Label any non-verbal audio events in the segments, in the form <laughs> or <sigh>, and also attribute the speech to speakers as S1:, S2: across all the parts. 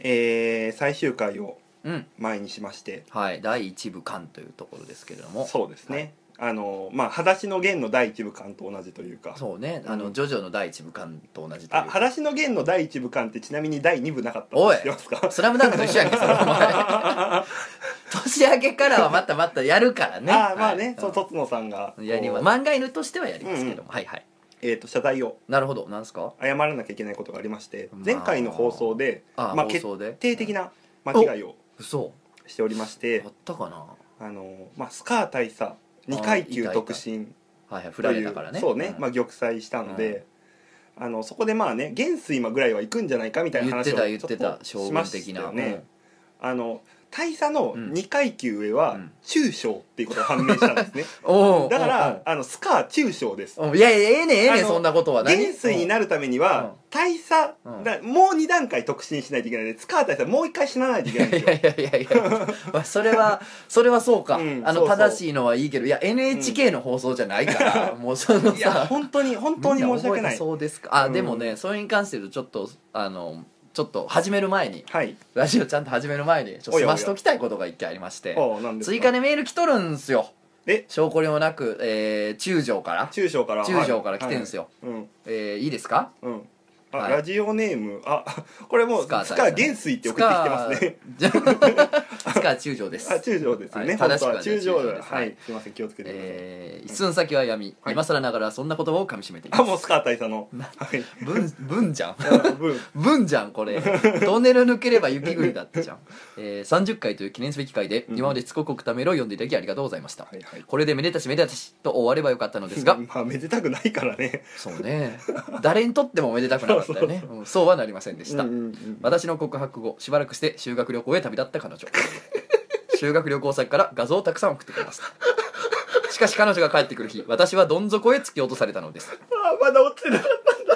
S1: えー最終回を
S2: うん
S1: 前にしまして
S2: はい第一部巻というところですけれども
S1: そうですね、あのまあ「裸足の弦」の第一部巻と同じというか
S2: そうねあの、
S1: うん
S2: ジョジョの第一部巻と同じとい
S1: あ
S2: う
S1: 裸足の弦の第一部巻ってちなみに第二部なかったの
S2: おい
S1: 知ってますか
S2: スラムダンクと一緒やんけそのお前
S1: <laughs>
S2: 年明けからはまたまたやるからね
S1: ああまあね、
S2: はい
S1: そうとつのさんが
S2: うんやりま
S1: こう
S2: 漫画犬としてはやりますけども、はいはい
S1: えー、と謝罪を
S2: なるほどなんですか
S1: 謝らなきゃいけないことがありまして
S2: まあ
S1: 前回の放送で
S2: ああ、
S1: まあ
S2: 放送で
S1: 決定的な間違いを
S2: 嘘
S1: しておりまし
S2: あ
S1: て
S2: ったかな
S1: あの、まあ、スカー大佐2階級特進
S2: はいはい振
S1: と
S2: ら
S1: い
S2: れ
S1: う
S2: たからね
S1: そうね、ま
S2: あ
S1: あ、玉砕したので、あのそこでまあね元帥今ぐらいは行くんじゃないかみたいな
S2: 言って
S1: 話を
S2: た言って
S1: ちょったと
S2: 将
S1: し
S2: 軍
S1: まし
S2: 的
S1: た
S2: な
S1: よね、あの大佐の
S2: うん
S1: 2階級上は
S2: うん
S1: 中将っていうことが判明したんですね
S2: うんおう
S1: だからあのスカー中将です
S2: おうおういやいやええねんええねん
S1: あの
S2: そんなことは
S1: 元帥に
S2: る
S1: なるために
S2: うん
S1: は大佐
S2: うん
S1: だもう2段階特進しないといけないのでスカー大佐もう1回死なないといけないん
S2: い
S1: です
S2: <laughs> や
S1: よ
S2: いやいやいやまあそれはそれはそうか、
S1: うん
S2: あの
S1: そうそう
S2: 正しいのはいいけどいや NHK の放送じゃないから、もうその
S1: いや
S2: さ
S1: 本当に本当に申し
S2: み
S1: 訳
S2: んな覚え
S1: な
S2: た
S1: い
S2: そうですかあ、
S1: うん
S2: でもねそれに関して言うとちょっとあのちょっと始める前に
S1: はい
S2: ラジオちゃんと始める前にちょっと
S1: おやお
S2: 済
S1: や
S2: ましときたいことが一件ありまして
S1: ああなんですか
S2: 追加でメール来とるんすよ
S1: え
S2: 証拠量なく、えー中将から
S1: 中将から
S2: 中将から来てんすよ、
S1: うん
S2: えーいいですか
S1: うんあ、
S2: はい
S1: ラジオネームあ <laughs> これもう
S2: ス
S1: スカ
S2: カー大佐
S1: ー元帥って送ってきてますね
S2: スカー <laughs> スカー中将です
S1: あ中将ですよ
S2: は
S1: ね
S2: い
S1: 本当
S2: 正
S1: は
S2: しくは
S1: 中将
S2: ね中将です
S1: はいすいません気をつけてください
S2: えー一寸先は闇、
S1: はい
S2: 今更ながらそんな言葉をかみしめていま
S1: あ
S2: す
S1: もうスカー大佐のはい
S2: 文文じゃん
S1: うん
S2: 文じゃんこれトンネル抜ければ雪国だったじゃん、えー、30回という記念すべき回で
S1: ん
S2: 今までしつこくためろを読んでいただきありがとうございました、
S1: はいはい
S2: これでめでたしめでたしと終わればよかったのですが
S1: まあめでたくないからね
S2: そうね誰にとってもめでたくなかったよね
S1: そう
S2: うんそうはなりませんでした、
S1: うんうんうん
S2: 私の告白後しばらくして修学旅行へ旅立っ
S1: <laughs>
S2: た彼女修学旅行先から画像をたくさん送ってくれましたしかし彼女が帰ってくる日私はどん底へ突き落とされたのです
S1: あまだ落ちてなか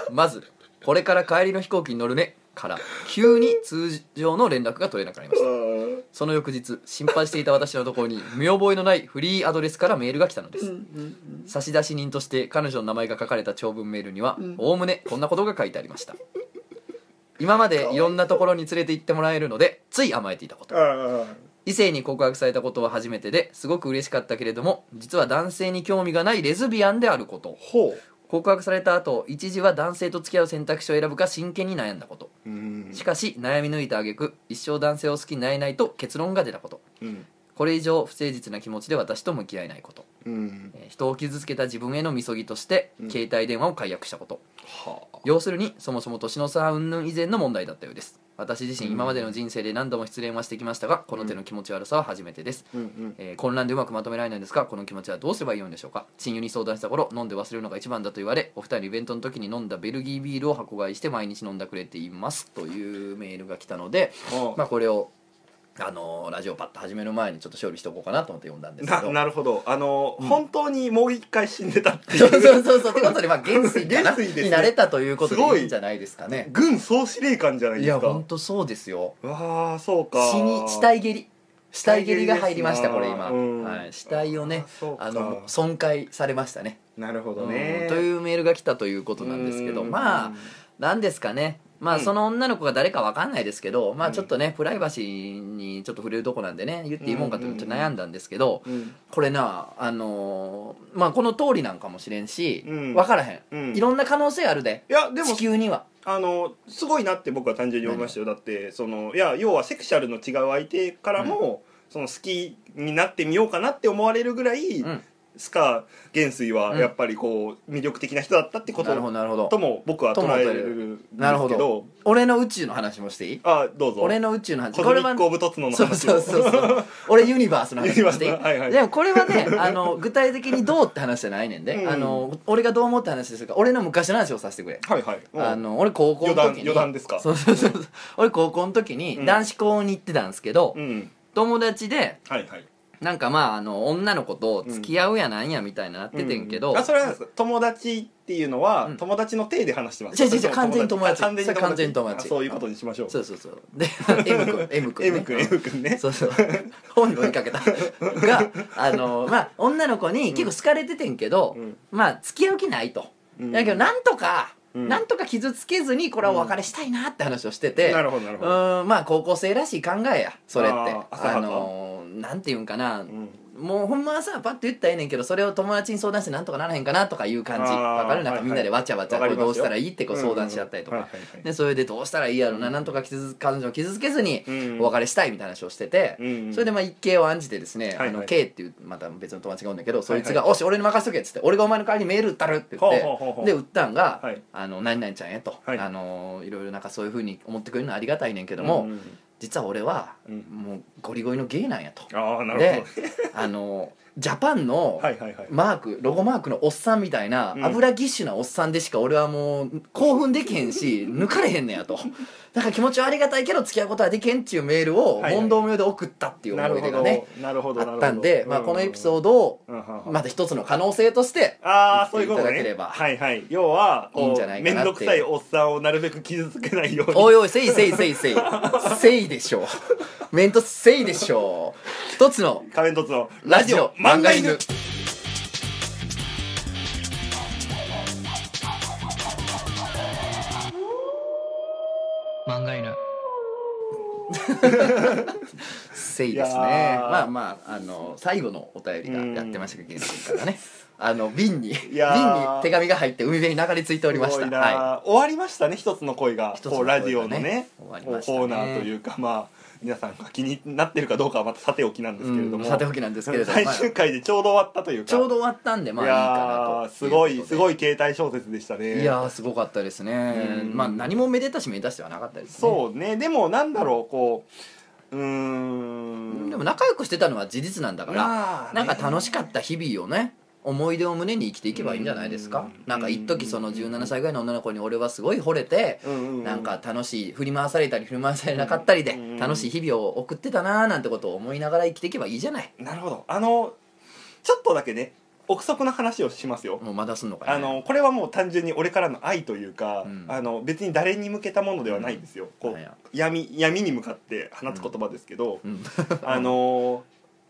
S1: った
S2: まず「これから帰りの飛行機に乗るね」から急に通常の連絡が取れなくなりました
S1: うん
S2: その翌日心配していた私のところに見覚えのないフリーアドレスからメールが来たのです、
S1: うん
S2: 差出人として彼女の名前が書かれた長文メールにはおおむねこんなことが書いてありました今までいろんなところに連れて行ってもらえるのでつい甘えていたこと
S1: あ
S2: 異性に告白されたことは初めてですごく嬉しかったけれども実は男性に興味がないレズビアンであること
S1: ほ
S2: 告白された後一時は男性と付き合う選択肢を選ぶか真剣に悩んだこと
S1: ううん
S2: しかし悩み抜いた挙句一生男性を好きになれないと結論が出たこと
S1: うん
S2: これ以上不誠実な気持ちで私と向き合えないこと
S1: うん
S2: えー人を傷つけた自分へのみそぎとして
S1: うん
S2: 携帯電話を解約したこと、
S1: はあ
S2: 要するにそもそも年の差云々以前の問題だったようです私自身
S1: うん
S2: 今までの人生で何度も失恋はしてきましたがこの手の気持ち悪さは初めてです、
S1: うんうん
S2: えー混乱でうまくまとめられないんですがこの気持ちはどうすればいいのでしょうか親友に相談した頃飲んで忘れるのが一番だと言われお二人のイベントの時に飲んだベルギービールを箱買いして毎日飲んだくれていますというメールが来たので、
S1: あ
S2: まあ、これを、あのーラジオパッと始める前にちょっと勝利しておこうかなと思って読んだんですけ
S1: な
S2: ど
S1: なるほどあの、本当にもう一回死んでたってい
S2: そう
S1: う
S2: そうそうそう。ってことで、まあ、元帥かな
S1: 元帥ですね
S2: になれたということでいいんじゃないですかね。
S1: 軍総司令官じゃない
S2: い
S1: で
S2: や、
S1: す
S2: ほん
S1: か
S2: とそうですよ。
S1: わあそうか
S2: 死に、死体蹴り。死体蹴りが
S1: 死体
S2: 入
S1: 蹴
S2: り
S1: りですな
S2: ました、これ今。
S1: うん
S2: はい、死体をね
S1: あそう、か
S2: あの、損壊されましたね。
S1: なるほど
S2: う
S1: ね
S2: んというメールが来たということなんですけど、
S1: うん
S2: まあ、なんですかね。まあ、
S1: うん
S2: その女の子が誰かわかんないですけど、まあ、
S1: うん
S2: ちょっとね、プライバシーにちょっと触れるとこなんでね、言っていいもんかと思って悩んだんですけど、
S1: うん
S2: これな、あのーまあ、この通りなんかもしれんし、
S1: うん
S2: わからへん。
S1: うん
S2: いろんな可能性あるで
S1: いやでも
S2: 地球には
S1: あのすごいなって僕は単純に思いましたよだってそのいや要はセクシャルの違う相手からも、その好きになってみようかなって思われるぐらい、
S2: うん
S1: スカ元帥は
S2: うん
S1: やっぱりこう魅力的な人だったってこ
S2: なるほ
S1: と
S2: どなるほ
S1: と
S2: ど
S1: も僕は捉えるんですけど
S2: なるほど俺の宇宙の話もしていい
S1: あどうぞ
S2: 俺の宇宙の話
S1: コ
S2: こ
S1: ズ
S2: れ
S1: ミ
S2: は
S1: ック・オブ・トツノの
S2: そう
S1: 話
S2: そ
S1: を
S2: うそうそう俺ユニバースの話もしていい、
S1: ユニバースのはいはい
S2: でもこれはね
S1: <laughs>
S2: あの具体的にどうって話じゃないねん
S1: う
S2: で、
S1: ん
S2: あの俺がどう思った話でするか俺の昔の話をさせてくれ
S1: はいはいうん
S2: あの俺高校の時に
S1: 余談余談ですか
S2: そうそうそうそう俺高校の時
S1: う
S2: に
S1: ん
S2: 男子校に行ってたんですけど、
S1: うん
S2: 友達で
S1: はいはい
S2: なんかまああの女の子と付き合うやなんやみたいななっててんけど、
S1: うあそれは友達っていうのは、
S2: うん
S1: 友達の体で話してます
S2: 違う違う違う完全に友達
S1: あ完全に
S2: それ完全に友達
S1: あそういうことにしましょう
S2: そうそうそうで <laughs> M 君 M 君、ね、
S1: M 君 M 君ね
S2: そうそう本に追いかけたがあのまあ女の子に結構好かれててんけど、
S1: うん
S2: まあ付き合う気ないと、
S1: うん
S2: だけどなんとか
S1: うん
S2: なんとか傷つけずにこれはお別れしたいなって話をしてて、
S1: なるほどなる
S2: う
S1: ほど
S2: ーんまあ高校生らしい考えやそれって
S1: あー浅はか
S2: あのーなんていうんかな、
S1: うん
S2: もうほんまはさパッと言ったらええねんけどそれを友達に相談してなんとかならへんかなとかいう感じ
S1: あー
S2: わかるなん
S1: はい
S2: か
S1: はい
S2: みんなでわちゃわちゃ
S1: わか
S2: こ
S1: り
S2: れ
S1: ますよ
S2: どうしたらいいってこう相談し合ったりと
S1: うん
S2: か
S1: はいはいはい
S2: でそれでどうしたらいいやろななんとか傷つ彼女を傷つけずに
S1: うん
S2: お別れしたいみたいな話をしてて
S1: うん
S2: それでまあ一計を案じてですね
S1: はいはい
S2: あの K っていうまた別の友達がおるんだけどそいつ
S1: は
S2: が「おし俺に任せとけ」っつって「俺がお前の代わりにメール打ったる」って言っ
S1: ほうほうほうほ
S2: て
S1: う
S2: で打ったんが
S1: はい
S2: 「あの何々ちゃんへ」と「
S1: はい
S2: あのいろいろなんかそういうふうに思ってくれるのはありがたいねんけど
S1: う
S2: も
S1: ん
S2: 実は俺は
S1: うん
S2: もうゴリゴリのゲイなんや」と。
S1: ああなる
S2: であのジャパンの
S1: ほどはいはいはい
S2: マークロゴマークのおっさんみたいな
S1: うん
S2: 油ぎっしゅなおっさんでしか俺はもう興奮できへん
S1: <laughs>
S2: し抜かれへんねやとだから気持ちはありがたいけど付き合うことはできへんっていうメール
S1: は
S2: を
S1: いはい
S2: 問答無用で送ったっていう
S1: な
S2: 思
S1: る
S2: い出
S1: ほ
S2: が
S1: ど
S2: ね
S1: なるほどなるほど
S2: あったんで、まあ、このエピソードを
S1: ド
S2: また一つの可能性
S1: <laughs>
S2: として
S1: ああそういうこと
S2: 言っていただけれ
S1: ね
S2: ば
S1: はいはい要はこう
S2: いいんじゃないかなって
S1: 面倒くさいおっさんをなるべく傷つけないように
S2: おいおいせいせいせいせいせいでしょうメントせいでしょう一つの
S1: 仮面凸の
S2: ラジオ漫
S1: 漫
S2: 画
S1: 画
S2: 犬
S1: 犬
S2: 漫画犬せいです
S1: い
S2: ね
S1: やー
S2: まあまああの最後のお便りがやってましたけど現在からねあの瓶に瓶に
S1: やー
S2: 手紙が入って海辺に流れ着いておりました
S1: すごいな
S2: は
S1: 終わりましたね一つの恋が
S2: 一つの
S1: こう
S2: 恋がね
S1: ラジオのね
S2: 終わりましたね
S1: コーナーというかまあ皆さんが気になってるかどうかはまたさておきなん
S2: い
S1: ですけれども、
S2: うんさておきなんですけれども、
S1: 最
S2: まあ
S1: 終回でちょうど終わったというか
S2: ちょうど終わったんでまあいいか
S1: いや
S2: な
S1: ー
S2: と
S1: すごいすご
S2: い
S1: い携帯小説でしたね
S2: いやーすごかったですね
S1: うん
S2: まあ何もめでたしめでたしではなかったですね
S1: そうねでもなんだろうこううーん
S2: でも仲良くしてたのは事実なんだから
S1: まあ
S2: なんか楽
S1: し
S2: しかった日々をね思い出を胸に生きていけばいいんじゃないです
S1: う
S2: か
S1: ん
S2: なんか一時その17歳ぐらいの女の子に俺はすごい惚れてなんか楽しい振り回されたり振り回されなかったりで
S1: うん
S2: 楽しい日々を送ってたなーなんてことを思いながら生きていけばいいじゃない
S1: なるほどあのちょっとだけね憶測な話をしますよ、
S2: もうまだすんのかな
S1: あのこれはもう単純に俺からの愛というか、
S2: うん
S1: あの別に誰に向けたものではないんですよ、こ
S2: なん
S1: う
S2: や
S1: 闇闇に向かって放つ言葉ですけ
S2: <laughs>
S1: ど、
S2: うん
S1: あの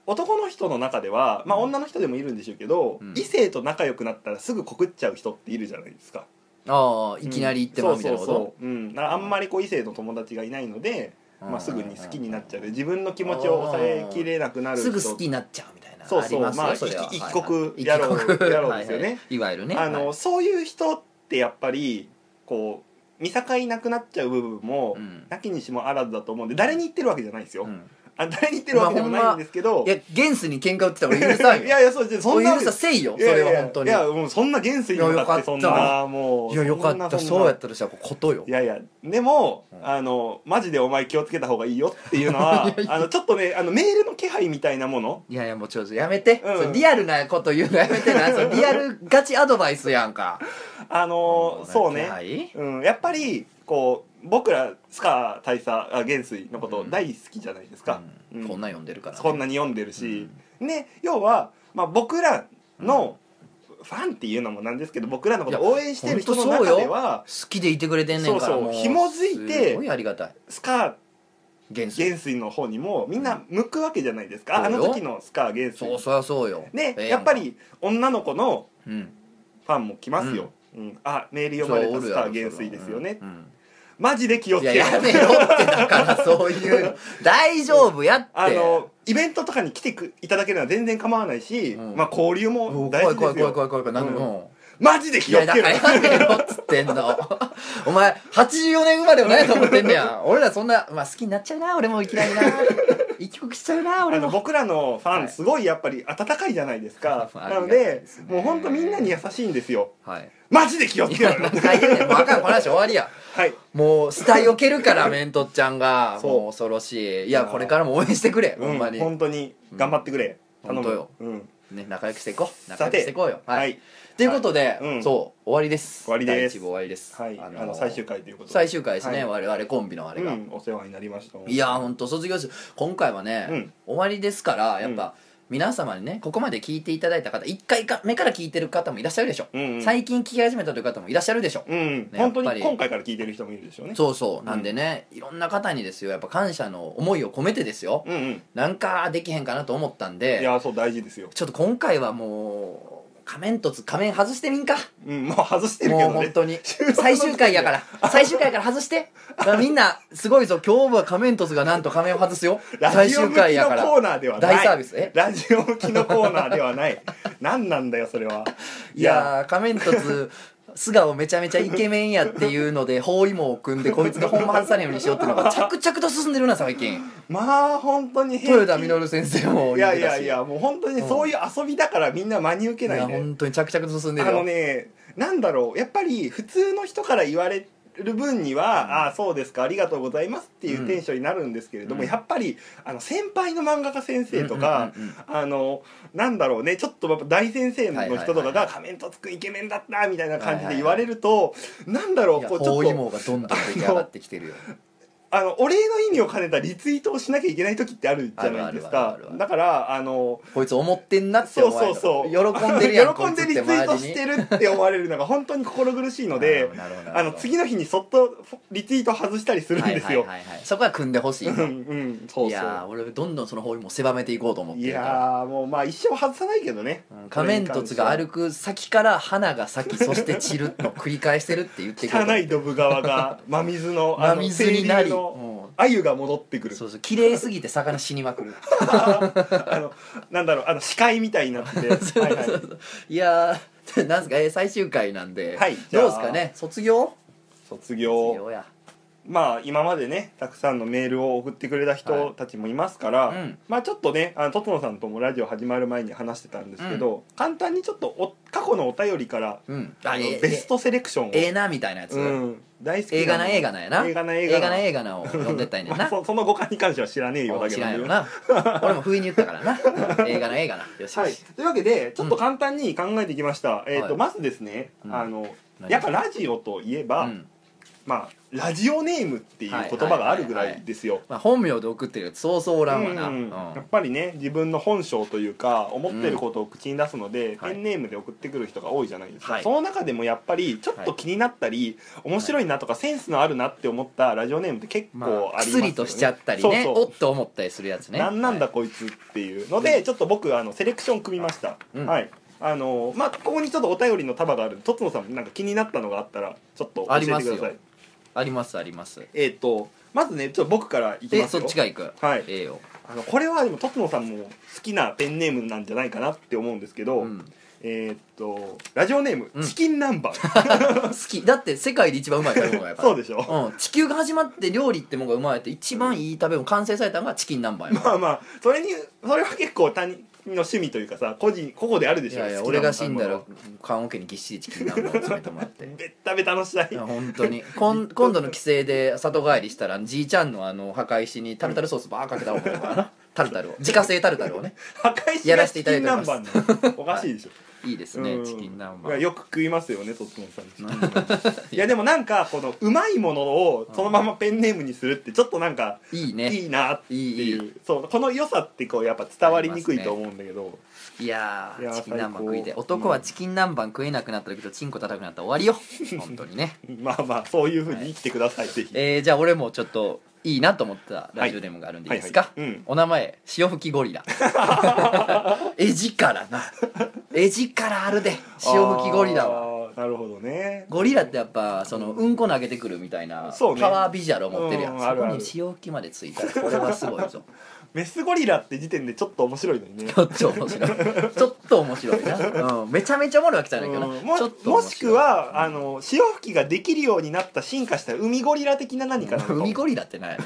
S1: 男の人の中では、まあ、
S2: うん
S1: 女の人でもいるんでしょうけど、
S2: うん
S1: 異性と仲良くなったらすぐ告っちゃう人っているじゃないですか、
S2: ああいきなり行ってまうみたいなこ
S1: そうそ
S2: と
S1: うそう、うん、だからあんまりこう異性の友達がいないので、まあ、すぐに好きになっちゃうで自分の気持ちを抑えきれなくなる
S2: す
S1: 人
S2: ぐ好きになっちゃうみたいな
S1: そうそう
S2: ありますよ
S1: まあ
S2: それは
S1: 一一
S2: はいはい
S1: 国野郎
S2: 一国
S1: 野郎ですよね
S2: はいはいいわゆるね
S1: あの、
S2: はい
S1: そういう人ってやっぱりこう見境なくなっちゃう部分も、
S2: うん
S1: なきにしもあらずだと思うんで誰に言ってるわけじゃないんですよ、
S2: うん
S1: あ誰に言ってるわけでもないんですけど、
S2: いや現世に喧嘩売ってたら俺許さんよ
S1: いやいやそうじゃそんな
S2: 許させいよ
S1: い
S2: そ
S1: やい
S2: れ
S1: やい
S2: は
S1: や
S2: 本当に
S1: いやもうそんな元帥に向かってそん
S2: いやよ
S1: なもう
S2: い
S1: い
S2: やよかったそうやったらしたらことよ
S1: いやいやでも、
S2: うん
S1: あのマジでお前気をつけた方がいいよっていうの
S2: <laughs>
S1: はあのちょっとねあのメールの気配みたいなもの
S2: いやいやもうちょっとやめて、
S1: うん
S2: それリアルなこと言うのやめて
S1: <laughs>
S2: なそれリアルガチアドバイスやんか
S1: あのそうね、
S2: はい
S1: うん、やっぱりこう僕らスカ大佐あ元帥のこと
S2: うん
S1: 大好きじゃないですか、
S2: う
S1: うんん
S2: こんなん読んでるからね
S1: こんなに読んでるし、ね要は、まあ、僕らのファンっていうのもなんですけど僕らのことを応援してる人の
S2: いやほんと
S1: 中
S2: そうよ
S1: では
S2: 好きでいてくれてんねんから
S1: そうそう
S2: も
S1: 紐づいて
S2: すごいありがたい
S1: スカ
S2: 現世
S1: 元帥の方にもみんな向くわけじゃないです
S2: うん
S1: か、あの
S2: そうよ
S1: 時のスカ元帥
S2: そうそりゃそうよ
S1: ね、
S2: ええ
S1: や
S2: ん
S1: っ
S2: か
S1: ぱり女の子の
S2: うん
S1: ファンも来ますよ、うんあメール読まれたスカ元帥ですよね、マジで気をつ
S2: い
S1: け
S2: や
S1: て
S2: やめろってだからそういうの大丈夫やって
S1: あのイベントとかに来てくいただけるのは全然構わないし、
S2: うん
S1: まあ、交流
S2: うん
S1: も大事
S2: 怖い怖
S1: です
S2: い怖い
S1: よ
S2: 怖い怖いなんでも
S1: マジで
S2: い
S1: 気を
S2: や
S1: つ
S2: だ
S1: け
S2: から
S1: ろ
S2: やめろっつってんのお前84年生まれもないと思ってんねや俺らそんなまあ好きになっちゃうな俺もいきなりな一曲しちゃうな
S1: あ
S2: 俺
S1: の
S2: も
S1: 僕らのフ
S2: は
S1: ァ
S2: い
S1: ンすごいやっぱり温かいじゃないですか
S2: <laughs> あ
S1: な
S2: りがた
S1: の
S2: い
S1: で
S2: ですね
S1: もう本当みんなに優しいんですよ
S2: はい
S1: マジで気をつ
S2: い
S1: けろ
S2: や
S1: よ
S2: <laughs> 何回言うねんもうあかんこの話終わりや
S1: はい
S2: もう死体を蹴るからメントちゃんが
S1: そう
S2: もう恐ろしいいやこれからも応援してくれほんま
S1: う
S2: に
S1: ん、本当に頑張ってくれ、
S2: うん
S1: 頼む
S2: 本当よ、
S1: うん、
S2: ね仲良くしていこう
S1: さ
S2: 仲良くして
S1: て
S2: いこうよ
S1: は
S2: はい
S1: い、
S2: ということで、
S1: はいうん
S2: そう終わりです
S1: 終わりです
S2: 第一部終わりです、
S1: はいあの最終回ということで
S2: 最終回ですね、
S1: は
S2: 我々コンビのあれ
S1: う
S2: が、
S1: ん、お世話になりました
S2: いやーほんと卒業式今回はね、
S1: うん
S2: 終わりですからやっぱ、皆様にねここまで聞いていただいた方1回か目から聞いてる方もいらっしゃるでしょ、
S1: うんうん
S2: 最近聞き始めたという方もいらっしゃるでしょ、
S1: うん、
S2: ね
S1: 本当
S2: やっぱり
S1: に今回から聞いてる人もいるでしょうね
S2: そうそうなんでね、いろんな方にですよやっぱ感謝の思いを込めてですよ、
S1: うんうん
S2: なんかできへんかなと思ったんで
S1: いやそう大事ですよ
S2: ちょっと今回はもう仮面凸仮面外してみんか
S1: うん、もう外してるけ
S2: もう
S1: ど
S2: 本
S1: ね
S2: 当に
S1: 終盤の時点で
S2: 最終回
S1: <laughs>
S2: やから最終回から外してだからみんなすごいぞ今日は仮面凸がなんと仮面を外すよ
S1: ラ
S2: 最
S1: ジオ
S2: 終
S1: 向きの
S2: 回やから
S1: コーナーではない
S2: 大サービスえ
S1: ラジオ向きのコーナーではない何なんだよそれ
S2: <laughs>
S1: はい
S2: やー仮面凸素顔めちゃめちゃイケメンやっていうので包囲網を組んでこいつが本番外さないようにしようっていうの
S1: <laughs>
S2: が着々と進んでるな最近
S1: まあ本当に
S2: 豊田稔先生も
S1: い
S2: 言っ
S1: や
S2: て
S1: い
S2: たし
S1: やいやもう本当にそういう遊びだからみんな真に受け
S2: い
S1: ない
S2: や
S1: ね、
S2: 本当に着々と進んで
S1: あ
S2: る
S1: の
S2: よ
S1: ねなんだろうやっぱり普通の人から言われる分には、ああそうですかありがとうございますっていうテンションになるんですけれども、
S2: うん
S1: やっぱりあの先輩の漫画家先生とか、
S2: うんうんうん
S1: あのなんだろうねちょっとやっぱ大先生の人とか
S2: はいはいは
S1: が「仮面とつくイケメンだった」みたいな感じで言われると、なんだろ
S2: いうや
S1: こうち
S2: 包
S1: ょ
S2: 囲
S1: っと
S2: 網がどんどん出来上がってきてるよ
S1: あのお礼の意味を兼ねたリツイートをしなきゃいけない時ってあるじゃないです
S2: あるあるあ
S1: か
S2: るある
S1: だからあの
S2: こいつ思ってんなって
S1: そう
S2: 思われ
S1: そう
S2: る
S1: そう
S2: 喜んでるや
S1: <laughs>
S2: ん
S1: 喜んでリツイ
S2: こいつ
S1: ー
S2: って周
S1: ト
S2: りに
S1: してるって思われるのが本当に心苦しいので
S2: なるほどなるほど
S1: あの次の日にそっとリツイート外したりするんですよ。
S2: はいはいはいはい、そこは組んでほし
S1: <laughs>
S2: い、
S1: うんうんそうそう
S2: いやー俺どんどんその方にも狭めていこうと思って
S1: い
S2: るから
S1: やーもうまあ一生外さないけどね
S2: うん仮面凸が歩く先から花が咲きそして散るの繰り返してるって言っていこうと思
S1: 汚
S2: って
S1: いドブ川
S2: <laughs>
S1: が真水のあ
S2: 真
S1: の
S2: 水にな
S1: 清流
S2: り、
S1: の
S2: うん
S1: 鮎が戻ってくる
S2: そうそう綺麗すぎて魚死にまくる
S1: <laughs> あのなんだろうあの視界みたいにな
S2: <laughs>
S1: っててはいはい
S2: いやー <laughs> なんすか、えー最終回なんで、
S1: はいじゃあ
S2: どうですかね卒業
S1: 卒
S2: 卒
S1: 業
S2: 業や
S1: まあ今までねたくさんのメールを送ってくれた人たちもいますから、
S2: はいうん
S1: まあちょっとねあのとつのさんともラジオ始まる前に話してたんですけど、簡単にちょっとお過去のお便りから、
S2: うん
S1: あの
S2: えー
S1: ベストセレクションを、
S2: ええなみたいなやつ、
S1: うん、大好き
S2: 映画な映画
S1: な
S2: なんやな
S1: 映画な映
S2: 映
S1: 画な
S2: 画な映画なを読んでったんやねん
S1: まあ
S2: な、
S1: そその五感に関しては知らねえよだけ
S2: 知
S1: ど
S2: らんよな俺も不意に言ったか
S1: <laughs>
S2: らなうん映画な映画なよしよし、
S1: はい、というわけでちょっと簡単に考えてきました、えーと
S2: はい
S1: まずですね、
S2: うん
S1: あの
S2: 何
S1: やっぱラジオといえば、
S2: うん
S1: まあ、ラジオネームっていう言葉があるぐらいですよ、
S2: まあ、本名で送ってるやつそうそうおらんわな、
S1: うん
S2: うん
S1: やっぱりね自分の本性というか思ってることを口に出すので、
S2: はい
S1: ペンネームで送ってくる人が多いじゃないですか、
S2: はい
S1: その中でもやっぱりちょっと気になったり、面白いなとかセンスのあるなって思ったラジオネームって結
S2: ま
S1: 構
S2: あ、
S1: ありますよね、
S2: 薬としちゃったりね
S1: そうそう
S2: おっと思ったりするやつね
S1: なんなんだ
S2: は
S1: こいつっていうので、ちょっと僕あのセレクション組みました、
S2: うん
S1: はいあのまあここにちょっとお便りの束があるとつのさんなんか気になったのがあったらちょっと教えてくださ
S2: あります
S1: い
S2: よいありますあります
S1: えっ、とまずねちょっと僕からいき
S2: え
S1: ます
S2: そ
S1: よ
S2: っちが行く
S1: はい
S2: ええよ、
S1: あのこれはでもとつのさんも好きなペンネームなんじゃないかなって思うんですけど、
S2: うん、
S1: えーっとラジオネーム、
S2: うん
S1: チキン南
S2: <laughs>
S1: 蛮
S2: 好きだって世界で一番うまい食べ物やから
S1: <laughs> そうでしょ、
S2: うん、地球が始まって料理ってもんが生まれて一番いい食べ物完成されたのがチキン南蛮やもん
S1: まあまあ <laughs> それにそれは結構他人の趣味というかさ個人個々であるで
S2: い
S1: しょ
S2: やいや
S1: 好きな
S2: 俺が死んだ
S1: も
S2: ら
S1: の
S2: 棺桶にぎっしりチキン南蛮を詰めてもらって
S1: べったべたのしたい
S2: いや本
S1: <laughs>
S2: 当にこん今度の帰省で里帰りしたらじいちゃんのあの墓石にタルタルソースばーかけた方がいいからなタルタルを自家製タルタルをね
S1: 破壊し
S2: や
S1: が
S2: ら
S1: チ
S2: せ
S1: キ
S2: て
S1: ン
S2: いただいており
S1: 南
S2: ます
S1: 蛮なのおかしいでしょ、
S2: いいですね
S1: うん
S2: チキン南
S1: いや
S2: 蛮
S1: よく食いますよねとつのさんチキン南蛮いやでもなんかこのうまいものをそのままペンネームにするってちょっとなんか
S2: いい
S1: い
S2: ね
S1: いなって
S2: いい
S1: いう
S2: い
S1: そうこの良さってこうやっぱ伝わりにくいと思うんだけど、
S2: いや
S1: いや
S2: ーチキン南蛮食いで
S1: 最高
S2: 男はチキン南蛮食えなくなった時とチンコ叩くなったら終わりよ本当にね
S1: まあまあそういうふうに生きてください、ぜひ
S2: えーじゃあ俺もちょっといいなと思ったラジオネームがあるんでいいですか、
S1: はいはいうん
S2: お名前潮吹きゴリ
S1: <laughs>
S2: ラ絵力な絵力あるで潮吹きゴリラは
S1: はなるほどね
S2: ゴリラってやっぱそのうんこ投げてくるみたいなパ
S1: そうね
S2: ワービジュアルを持ってるやん、
S1: うん
S2: そ
S1: ある
S2: こ
S1: ある
S2: に潮吹きまでついたらこれはすごいぞ
S1: メスゴリラって時点でちょっと面白いのに
S2: <laughs>
S1: ね
S2: ちょっと面
S1: <laughs>
S2: 白いちょっと面白いな、うん、めちゃめちゃおもろいわけじゃないけどな、
S1: うんも
S2: ちょっと面白
S1: も
S2: い
S1: しくはあの潮吹きができるようになった進化した海ゴリラ的な何かなのかも
S2: <laughs> 海ゴリラっ
S1: <laughs>
S2: てない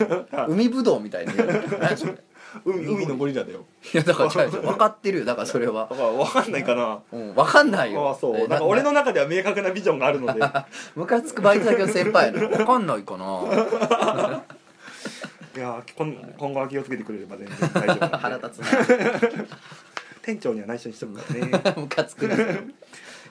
S2: 海ぶどうみたいな何それい
S1: 海海のゴリラだよ
S2: やだか
S1: <laughs>
S2: ら違う違う分かってるよだからそれは
S1: だから分かんないかな
S2: うん、わかんないよ
S1: ああそう
S2: え
S1: なんか俺の中では明確なビジョンがある
S2: <laughs>
S1: ので
S2: なムカつくバイト先の先輩やのわかんないかな
S1: いやーこん今後は気をつけてくれれば全然大丈夫なんで
S2: <laughs> 腹立つ
S1: 店長には内緒にしとくからね
S2: な <laughs> ムカつくな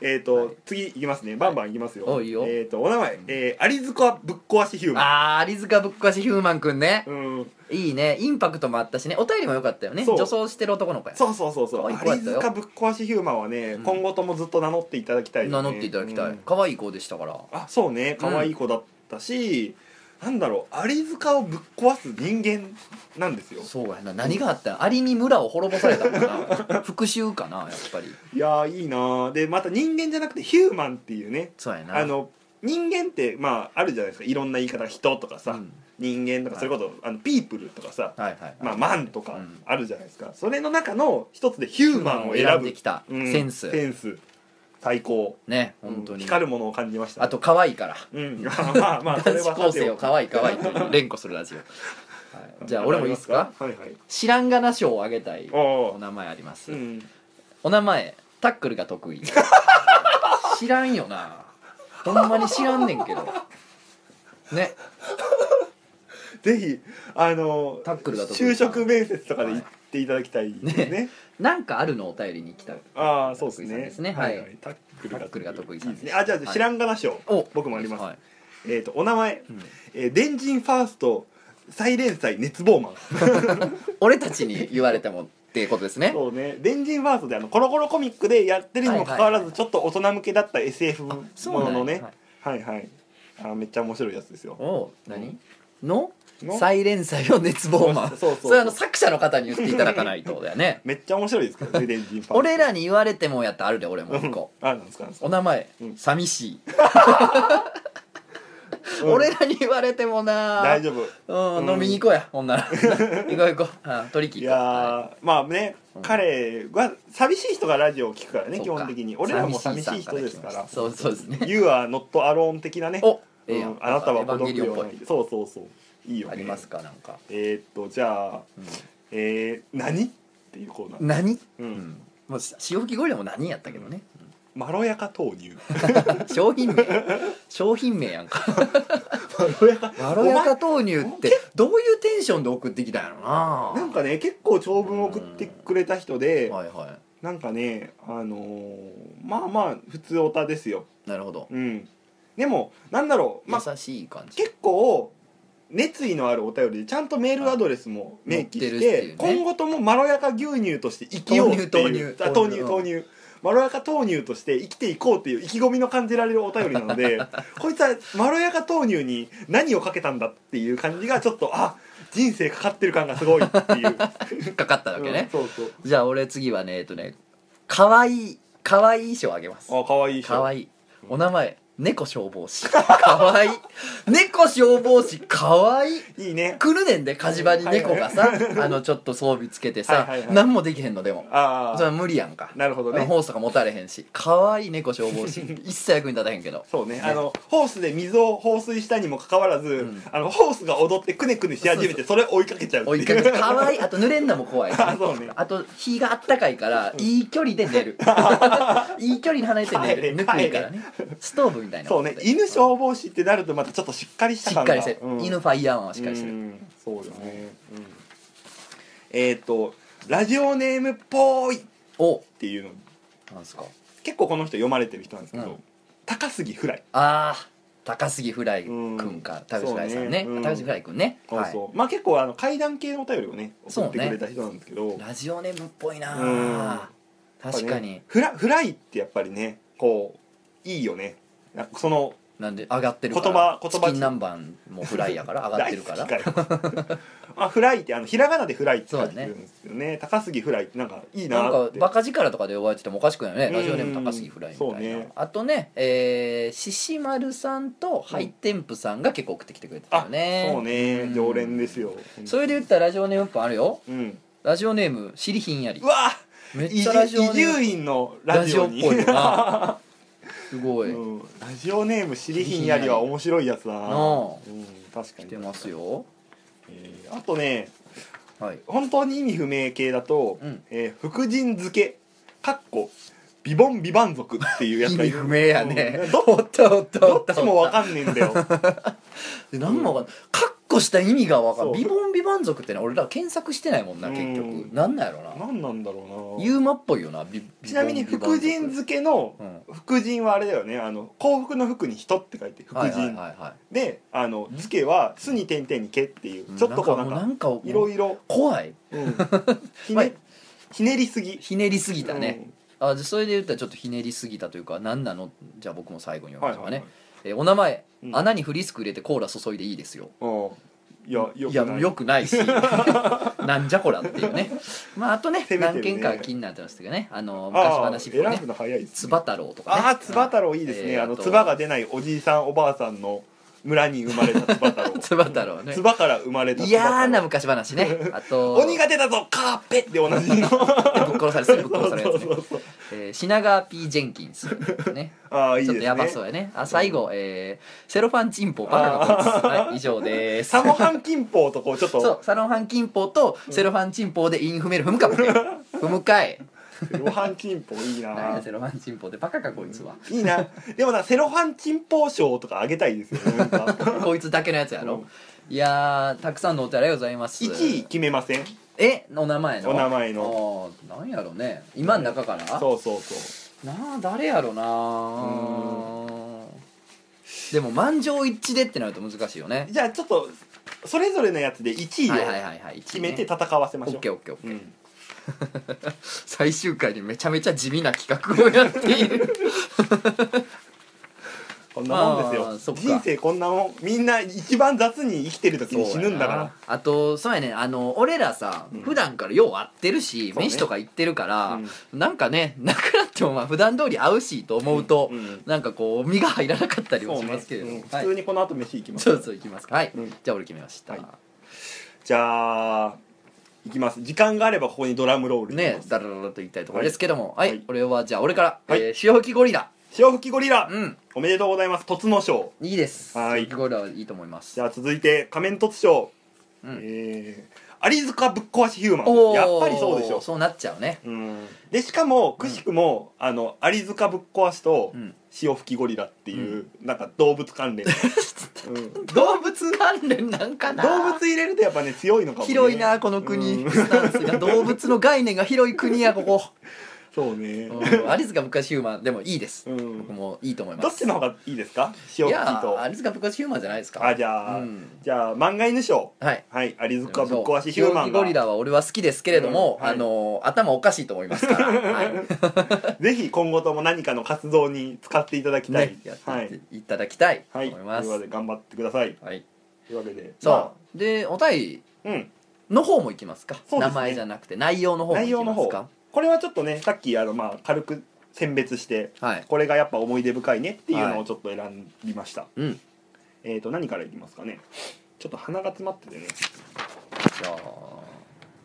S1: えっと次いきますねバンバンいきますよ、
S2: はいおいいよ
S1: えっ、とお名前、えー、アリズコアぶっ壊しヒューマ
S2: あー有塚ぶっ壊しヒューマンくんね
S1: ン、うん
S2: いいねインパクトもあったしねお便りも良かったよね
S1: そう
S2: 女装してる男の子や
S1: そうそうそうそう。
S2: 可愛い
S1: ア
S2: 子やっ
S1: リ
S2: た
S1: ズ
S2: よ
S1: カぶっ壊しヒューマンはね、
S2: ん
S1: 今後ともずっと名乗っていただきたいよね、
S2: 名乗っていただきた
S1: う
S2: い
S1: ん
S2: 可愛い子でしたから
S1: あ、そうね、可愛い子だったし、なんだろうアリ塚をぶっ壊す人間なんですよ
S2: そうやな何があったんアリに村を滅ぼされたのか
S1: <laughs>
S2: な復讐かなやっぱり
S1: いやーいいなーでまた人間じゃなくてヒューマンっていうね
S2: そうやな
S1: あの人間ってまああるじゃないですかいろんな言い方人とかさ、
S2: うん
S1: 人間とかそれこそ、あのピープルとかさ、
S2: はいはいはい、
S1: まあ、マンと
S2: う
S1: か
S2: ん
S1: あるじゃないですか、それの中の一つでヒューマンを選ぶ
S2: ヒューマンを選んできた
S1: うん
S2: センス
S1: センス最高
S2: ね本当に、
S1: うん光るものを感じました
S2: あと可愛いから
S1: うんまあまあ
S2: <laughs>
S1: まあそ
S2: 男
S1: れは
S2: 子高生を可愛い可愛いと連呼するラジオ、はい、じゃあ俺もいいです
S1: <laughs>
S2: か
S1: はいはい
S2: 知らんがな賞をあげたい
S1: お
S2: お名前あります、
S1: ーうん
S2: お名前タックルが得意知らんよなほんまに知らんねんけどね
S1: ぜひあの
S2: タックルだと
S1: 就職面接とかで行っていただきたいですね
S2: ねなんかあるのお便りに来た
S1: <laughs> ああそうです
S2: タックルさん
S1: ね
S2: ですねはい
S1: タックルが
S2: タックルが得意
S1: いい
S2: さん
S1: で
S2: です
S1: すねあじゃあ知らんがな賞
S2: お
S1: 僕もあります
S2: はい
S1: えっとお名前
S2: うん
S1: えー「電人ファースト再連載熱望マン」
S2: 俺たちに言われてもっていうことですね
S1: そうね「電人ファースト」であのコロコロコミックでやってるにもかかわら
S2: はいはい
S1: ず
S2: はい
S1: ちょっと大人向けだった SF も
S2: そうなんや
S1: ののね
S2: はい
S1: はいはいあーめっちゃ面白いやつですよ
S2: お何の
S1: の
S2: 再連載を熱望マン
S1: そうそうそう
S2: それはあの作者の方に言っていただかないとだよね
S1: めっちゃ面白いですけ
S2: <laughs>
S1: どね「電人ファースト」
S2: 俺らに言われてもやったらあるで俺も一個
S1: あなんですかなんですか
S2: お名前
S1: うん
S2: 寂しい
S1: うん
S2: <laughs> 俺らに言われてもな
S1: 大丈夫
S2: うん、
S1: うん
S2: 飲みに行こうやほ
S1: <laughs>
S2: んなら行こう行こう、うん、取り
S1: い
S2: 切っ
S1: や
S2: た
S1: ー
S2: は
S1: まあね、
S2: うん
S1: 彼は寂しい人がラジオを聞くからね
S2: そう
S1: 基
S2: か
S1: 本的に俺らも寂しい人ですから
S2: さんから来ましたそうそうですね
S1: You are not alone」的なね
S2: おえ
S1: う
S2: え
S1: ん
S2: やん、
S1: あなたは
S2: エヴァ
S1: 孤
S2: ンゲ
S1: 独
S2: リオンっ
S1: よ
S2: ぽい
S1: そうそうそういいよね
S2: ありますかなんか、
S1: えーっとじゃあ
S2: う
S1: 「えー、何?」っていうコーナ
S2: ん、
S1: ー
S2: 何、
S1: う
S2: うんん、もう潮吹きゴリラも何やったけどね、
S1: 「 <laughs> まろやか豆乳」
S2: 商品名商品名や
S1: <laughs>
S2: んか
S1: まろやか
S2: まろやか豆乳ってどういうテンションで送ってきたんやろな
S1: なんかね結構長文送ってくれた人で
S2: はいは
S1: なんかねあのーまあまあ普通オタですよ
S2: いなるほど、
S1: うんでもなんだろうまあ
S2: 優しい感じ
S1: 結構熱意のあるお便りでちゃんとメールアドレスも明記して,、
S2: 持ってるっていうね
S1: 今後ともまろやか牛乳として生きようっていう
S2: 豆乳
S1: あ
S2: 豆
S1: 豆
S2: 乳
S1: 乳
S2: うん
S1: 豆乳まろやか豆乳として生きていこうっていう意気込みの感じられるお便りなの
S2: <laughs>
S1: でこいつはまろやか豆乳に何をかけたんだっていう感じがちょっとあ人生かかってる感がすごいって
S2: <laughs>
S1: いう
S2: 引っかかったわけ
S1: うん
S2: ね、
S1: そうそう
S2: じゃあ俺次はねえっとねかわいいかわいい賞あげます
S1: あ可愛いい
S2: かわ
S1: い
S2: いいお名前猫消防士か
S1: <laughs>
S2: わいい猫消防士かわいい
S1: いいね
S2: 来るねんで火事場に猫
S1: <laughs>
S2: がさ、あのちょっと装備つけてさ、
S1: はいはいはい
S2: 何もできへんのでも
S1: あ
S2: それ
S1: あ
S2: は無理やんか
S1: なるほどね
S2: ホースとか持たれへんし可愛い猫消
S1: <laughs>
S2: 防士一切役に立たへんけど
S1: そうねあのホースで水を放水したにもかかわらず、
S2: ん
S1: あのホースが踊ってくねくねし始めてそれ追いかけちゃうって
S2: 追
S1: い
S2: いうかけて可愛いあと濡れんのも
S1: <laughs>
S2: 怖い
S1: あそうね
S2: あと日があったかいからいい距離で
S1: <laughs>
S2: 寝るいい距離に離れて寝る
S1: 帰れ
S2: ぬくいからねストーブみたいな
S1: そうね犬消防士ってなるとまたちょっとしっかりした
S2: しっ
S1: 感
S2: か
S1: が
S2: りしてる、
S1: うん
S2: 犬ファイヤーマンはしっかりしてる、
S1: うんそうよね、うんえっ、とラジオネームっぽいっ
S2: お
S1: ていうの
S2: なんすか
S1: 結構この人読まれてる人なんですけど、
S2: うん
S1: 高杉フライ
S2: あー高杉フライくんか、
S1: うん
S2: 高杉フライさんね
S1: そうねうん
S2: 高杉フライくんね、
S1: そう
S2: はい
S1: そう、まあ結構あの怪談系のお便りをね送ってくれた人なんですけど、
S2: ラジオネームっぽいな
S1: うん
S2: あ確かに、
S1: やっぱねフラフライってやっぱりねこういいよねなんかその
S2: なんで上がってるから
S1: 言葉言葉
S2: チキン南蛮もフライや
S1: <laughs>
S2: から上がってるから
S1: 大好きかよまあフライってあのひらがなでフライって書い
S2: そう
S1: て
S2: だね
S1: るんですよね高杉フライってなんかいいな
S2: な
S1: ー
S2: んか
S1: って
S2: バカ力とかで呼ばれててもおかしくないよね
S1: うん
S2: ラジオネーム高杉フライみたいな、
S1: そうね
S2: あとねえー、獅子丸さんとハイテンプさんが結構送ってきてくれてたよね
S1: そうね、
S2: ん
S1: 常連ですよ
S2: それで言ったらラジオネームパンあるよ
S1: うん
S2: ラジオネームシリヒンやり
S1: うわ
S2: めっ
S1: 伊
S2: ちゃラジオネー
S1: 集
S2: ム
S1: 院のラジオに
S2: ラジオっぽいよなすご
S1: う
S2: い、
S1: んラジオネームしりひんやりは面白いやつだな、
S2: なあ
S1: うん、確かに
S2: 来てます、よ
S1: えーあとね
S2: はい
S1: 本当に意味不明系だと、
S2: うん
S1: えー福神漬けかっこビボンビバン族っていうやつ
S2: 意
S1: がい
S2: 味
S1: る
S2: 不明やね、
S1: うんど
S2: どっとおっとお
S1: どっ
S2: っ
S1: ち
S2: と
S1: も
S2: お
S1: わ
S2: っと
S1: かんねえんだよ
S2: で何もわかんないカッコした意味がわかんない
S1: そう
S2: ビボンビバン族ってね俺ら検索してないもんな結
S1: う
S2: 局
S1: ん
S2: なんなんやろな
S1: 何なんだろうな
S2: ユーマっぽいよなビ
S1: ちなみに
S2: ビ
S1: 福
S2: ボン
S1: 神
S2: ビバン族
S1: 漬けの
S2: うん
S1: 福神はあれだよねあの幸福の福に人って書いて福
S2: はい
S1: 神、
S2: はいはいは
S1: であの漬けは巣に点々にけっていう
S2: い
S1: ちょっとこう
S2: な
S1: なんん
S2: かも
S1: か
S2: うなんか
S1: いろいろ
S2: 怖い
S1: うんひ
S2: はい
S1: ねひねりすぎ
S2: ひねりすぎたね、あじゃあそれで言ったらちょっとひねりすぎたというか何なのじゃあ僕も最後に
S1: うん
S2: 言い
S1: は
S2: ま
S1: い
S2: すか
S1: は
S2: ね、
S1: いはい
S2: えーお名前、
S1: うん
S2: 穴にフリスク入れてコーラ注いでいいですよ
S1: うんいやよ
S2: い
S1: く
S2: や
S1: ない
S2: よくな
S1: <laughs>
S2: いしなんじゃこらっていうねまああとね
S1: 攻めてる
S2: 何
S1: ね
S2: 件か気になってますけどねあの昔
S1: ああ
S2: 話っぽい
S1: 選
S2: ね
S1: ぶの早いです
S2: つ
S1: ね
S2: ば太郎とかね
S1: ああつば太郎いいですね、
S2: えー
S1: あの
S2: と
S1: つばが出ないおじいさんおばあさんの村に生まれたつば太郎
S2: つば太郎 <laughs> ね
S1: つばから生まれたつば
S2: 嫌
S1: 太
S2: な
S1: 郎
S2: 昔話ねあと
S1: 鬼が出たぞカーペって同じ
S2: <laughs>
S1: の
S2: ぶっ殺されすぐぶっ
S1: そう
S2: 殺される
S1: そ
S2: や
S1: う
S2: つ
S1: そう
S2: ね
S1: そう
S2: えー品川 P ・ジェンキンスね
S1: ああ <laughs> いい
S2: ちょ
S1: です
S2: っと
S1: ね
S2: やばそうやねあ最後、えーセロファンチンポバカなこい
S1: <laughs>
S2: つはい以上です
S1: サモハン金峰とこうちょっ
S2: そ
S1: と
S2: うサロンハンキンポとセロファンチンポでインフメル踏む
S1: <laughs>
S2: かもね踏むかい
S1: セロハン金峰いい
S2: <laughs> 何
S1: な
S2: やセロファンチンポでバカかこいつは、
S1: いいなでもなセロハン金峰賞とかあげたいですよねなん
S2: <laughs>
S1: か
S2: こいつだけのやつやろ、いやーたくさんのお手ありがとうございます
S1: 1位決めません
S2: えお名前の
S1: お名前
S2: のなんやろね今の中から
S1: そうそうそう
S2: なあ誰やろなあでも満場一致でってなると難しいよね
S1: じゃあちょっとそれぞれのやつで1位
S2: はいはい
S1: を
S2: はいはい
S1: 決めて
S2: 一
S1: 戦わせ
S2: 位
S1: ま
S2: ね
S1: しょ
S2: オッ
S1: う
S2: ケーオッケーオッケー
S1: うん
S2: 最終回にめちゃめちゃ地味な企画をやって
S1: <laughs>
S2: いる
S1: こんなも
S2: ま
S1: ん
S2: あ
S1: です
S2: そ
S1: よ
S2: っか
S1: 人生こんなもんみんな一番雑に生きてる時に死ぬんだから
S2: あとそうやねあの俺らさ、
S1: ん
S2: 普段からよう会ってるし、
S1: そうね
S2: 飯とか行ってるから、なんかねなくなってもまあ普段通り会うしと思うと、
S1: うん
S2: なんかこう身が入らなかったりも
S1: そう
S2: し
S1: ね
S2: ますけれども、
S1: うん
S2: は
S1: 普
S2: い
S1: 通にこの後飯行きます
S2: そうそういきますかはい、
S1: うん
S2: じゃあ俺決めました、
S1: はいじゃあいきます時間があればここにドラムロール
S2: ね
S1: いきます
S2: ダラダラといきたいところですけどもは、
S1: はいい
S2: 俺はじゃあ俺から、
S1: はい
S2: えー塩吹きゴリラ
S1: 潮吹きゴリラ、
S2: うん
S1: おめでとうございます突の賞
S2: いいです
S1: はい
S2: 塩吹きゴリラはいいと思います
S1: じゃあ続いて仮面突賞、
S2: うん
S1: えー、アリ塚ぶっ壊しヒューマン
S2: おー
S1: やっぱりそうでしょ
S2: そうなっちゃうね
S1: うんでしかもくしくも、あのアリ塚ぶっ壊しと
S2: うん
S1: 潮吹きゴリラっていう、なんか動物関
S2: <laughs>
S1: 連、うん
S2: 動物関連なんかな
S1: 動物入れるとやっぱね強いのかも、ね、
S2: 広いなこの国、
S1: うん
S2: スタンスが動物の概念が広い国やここ、
S1: そうね、
S2: うん、アリスが昔ヒューマンでもいいです、
S1: うん
S2: 僕もいいと思います
S1: どっちの方がいいですか
S2: い
S1: 塩吹きと
S2: やアリスが昔ヒューマンじゃないですか
S1: あじゃあ、
S2: うん
S1: じゃあ漫画犬賞
S2: はい
S1: はいアリ塚ぶっ壊しヒューマン
S2: ゴリ
S1: が
S2: ラは俺は好きですけれども、
S1: うんはい
S2: あの頭おかしいと思いま
S1: <laughs>
S2: すから、はい
S1: ぜひ今後とも何かの活動に使っていただきたい、
S2: ね、やっていた,、
S1: はいい、
S2: ただきたいと
S1: はい、
S2: 思
S1: と
S2: い
S1: いう
S2: ま
S1: わ
S2: す、
S1: け
S2: はい
S1: で頑張ってくださいというわけで
S2: そう、
S1: ま
S2: でお便り
S1: あうん
S2: の方もいきますか
S1: そうですね
S2: 名前じゃなくて内容の方もい
S1: 内
S2: き
S1: 容の
S2: ます
S1: 方
S2: か
S1: これはちょっとねさっきあの、まあ、軽く選別して
S2: はい
S1: これがやっぱ思い出深いねっていうの
S2: は
S1: を
S2: い
S1: ちょっと選びました、
S2: うん
S1: えー、と何からいきますかねちょっと鼻が詰まっててね
S2: じゃあ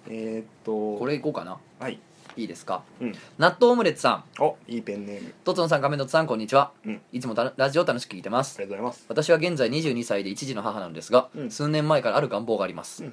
S1: えっ、と
S2: これいこうかな
S1: はい
S2: いいですか
S1: うん
S2: 納豆オムレツさん
S1: おいいペンネーム
S2: とつのさん亀戸さんこんにちは、
S1: うん
S2: いつもたラジオ楽しく聞いてま
S1: あ
S2: す
S1: りがとうございます
S2: 私は現在22歳で一児の母なのですが、
S1: うん
S2: 数年前からある願望があります、